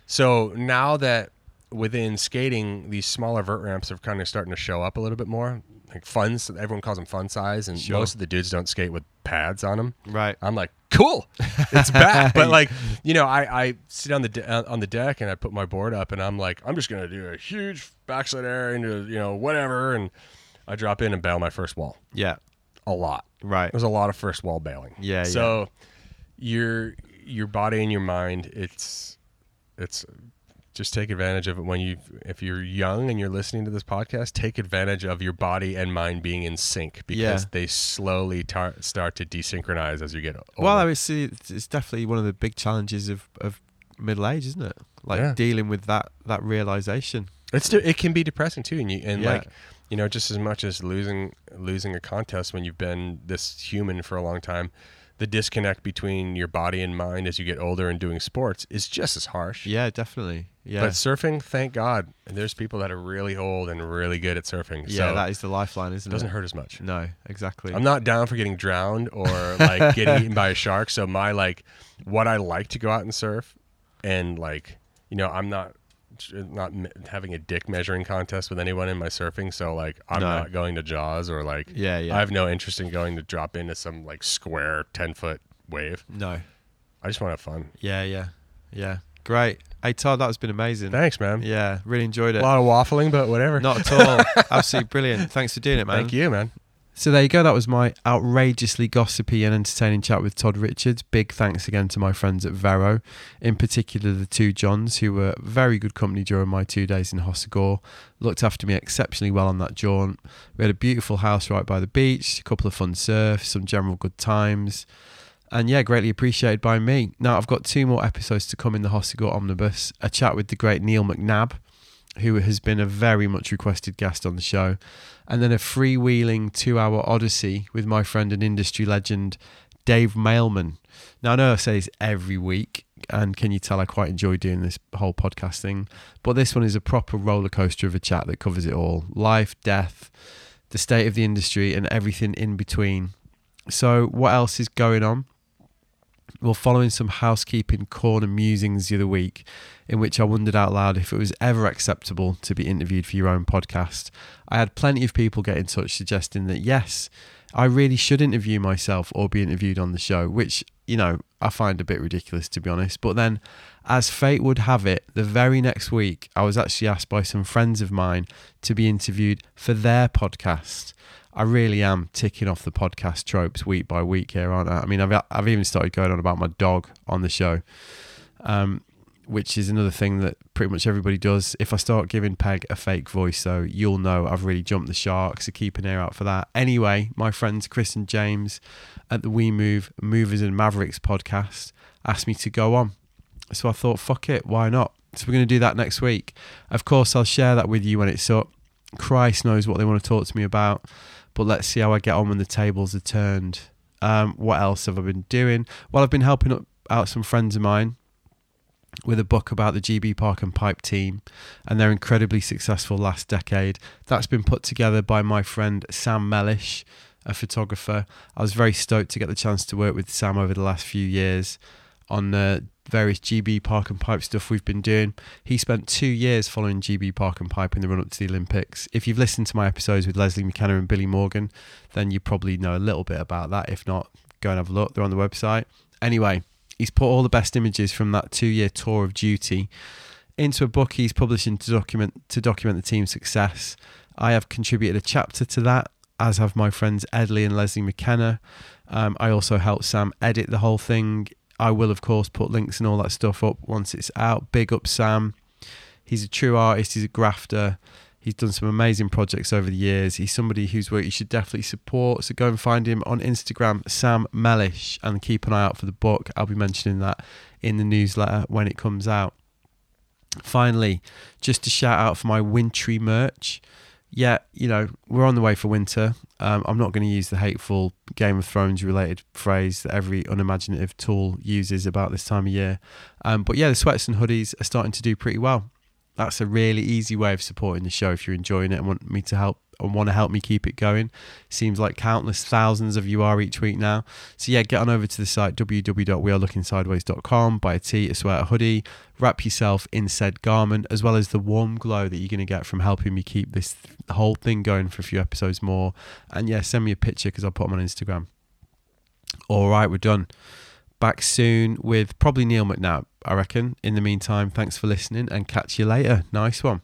S2: so now that within skating these smaller vert ramps are kind of starting to show up a little bit more like fun everyone calls them fun size and
S1: Sure.
S2: most of the dudes don't skate with pads on them
S1: right.
S2: I'm like, cool, it's back. but like, you know, I, I sit on the de- uh, on the deck and I put my board up and I'm like, I'm just gonna do a huge backside air into you know whatever, and I drop in and bail my first wall
S1: Yeah,
S2: a lot.
S1: right.
S2: There's a lot of first wall bailing.
S1: Yeah,
S2: So your your body and your mind, it's it's just take advantage of it when you if you're young and you're listening to this podcast, take advantage of your body and mind being in sync because
S1: Yeah.
S2: they slowly tar- start to desynchronize as you get older.
S1: Well, I would see it's it's definitely one of the big challenges of of middle age, isn't it? Like
S2: Yeah.
S1: dealing with that that realization.
S2: It's de- it can be depressing too, and you and
S1: Yeah.
S2: like you know just as much as losing losing a contest when you've been this human for a long time, the disconnect between your body and mind as you get older and doing sports is just as harsh.
S1: Yeah, definitely. Yeah.
S2: But surfing, thank God, there's people that are really old and really good at surfing.
S1: yeah,
S2: so
S1: that is the lifeline,
S2: it
S1: isn't
S2: doesn't
S1: it?
S2: hurt as much.
S1: No, exactly.
S2: I'm not down for getting drowned or like getting eaten by a shark. So my like, what I like to go out and surf, and like, you know, I'm not not me- having a dick measuring contest with anyone in my surfing. So like, I'm
S1: No.
S2: not going to Jaws or like,
S1: yeah, yeah.
S2: I have no interest in going to drop into some like square ten foot wave.
S1: no.
S2: I just want to have fun.
S1: Yeah, yeah. Yeah. Great. Hey, Todd, that's been amazing.
S2: Thanks, man.
S1: Yeah, really enjoyed
S2: A
S1: it.
S2: lot of waffling, but whatever.
S1: Not at all. Absolutely brilliant. Thanks for doing it, man.
S2: Thank you, man.
S1: So there you go. That was my outrageously gossipy and entertaining chat with Todd Richards. Big thanks again to my friends at Vero, in particular the two Johns, who were very good company during my two days in Hossagor. Looked after me exceptionally well on that jaunt. We had a beautiful house right by the beach, a couple of fun surfs, some general good times. And yeah, greatly appreciated by me. Now I've got two more episodes to come in the Hossagor Omnibus. A chat with the great Neil McNabb, who has been a very much requested guest on the show and then a freewheeling two hour odyssey with my friend and industry legend, Dave Mailman. Now, I know I say this every week, and can you tell I quite enjoy doing this whole podcast thing? But this one is a proper roller coaster of a chat that covers it all life, death, the state of the industry, and everything in between. So, what else is going on? Well, following some housekeeping corner musings the other week, in which I wondered out loud if it was ever acceptable to be interviewed for your own podcast, I had plenty of people get in touch suggesting that yes, I really should interview myself or be interviewed on the show, which, you know, I find a bit ridiculous to be honest. But then, as fate would have it, the very next week, I was actually asked by some friends of mine to be interviewed for their podcast. I really am ticking off the podcast tropes week by week here, aren't I? I mean, I've, I've even started going on about my dog on the show. Um, which is another thing that pretty much everybody does. If I start giving Peg a fake voice, though, you'll know I've really jumped the shark, so keep an ear out for that. Anyway, my friends Chris and James at the We Move Movers and Mavericks podcast asked me to go on. So I thought, fuck it, why not? So we're going to do that next week. Of course, I'll share that with you when it's up. Christ knows what they want to talk to me about, but let's see how I get on when the tables are turned. Um, what else have I been doing? Well, I've been helping up, out some friends of mine with a book about the GB Park and Pipe team and their incredibly successful last decade. That's been put together by my friend Sam Mellish, a photographer. I was very stoked to get the chance to work with Sam over the last few years on the various GB Park and Pipe stuff we've been doing. He spent two years following GB Park and Pipe in the run up to the Olympics. If you've listened to my episodes with Leslie McKenna and Billy Morgan, then you probably know a little bit about that. If not, go and have a look. They're on the website. Anyway, he's put all the best images from that two-year tour of duty into a book he's publishing to document to document the team's success. I have contributed a chapter to that, as have my friends Edley and Leslie McKenna. Um, I also helped Sam edit the whole thing. I will, of course, put links and all that stuff up once it's out. Big up Sam. He's a true artist. He's a grafter. He's done some amazing projects over the years. He's somebody whose work you should definitely support. So go and find him on Instagram, Sam Mellish, and keep an eye out for the book. I'll be mentioning that in the newsletter when it comes out. Finally, just to shout out for my wintry merch. Yeah, you know, we're on the way for winter. Um, I'm not going to use the hateful Game of Thrones related phrase that every unimaginative tool uses about this time of year. Um, but yeah, the sweats and hoodies are starting to do pretty well that's a really easy way of supporting the show if you're enjoying it and want me to help and want to help me keep it going. Seems like countless thousands of you are each week now. So yeah, get on over to the site www.wearelookingsideways.com, buy a tee, a sweater, a hoodie, wrap yourself in said garment, as well as the warm glow that you're going to get from helping me keep this whole thing going for a few episodes more. And yeah, send me a picture because I'll put them on Instagram. All right, we're done back soon with probably Neil McNabb, I reckon. In the meantime, thanks for listening and catch you later. Nice one.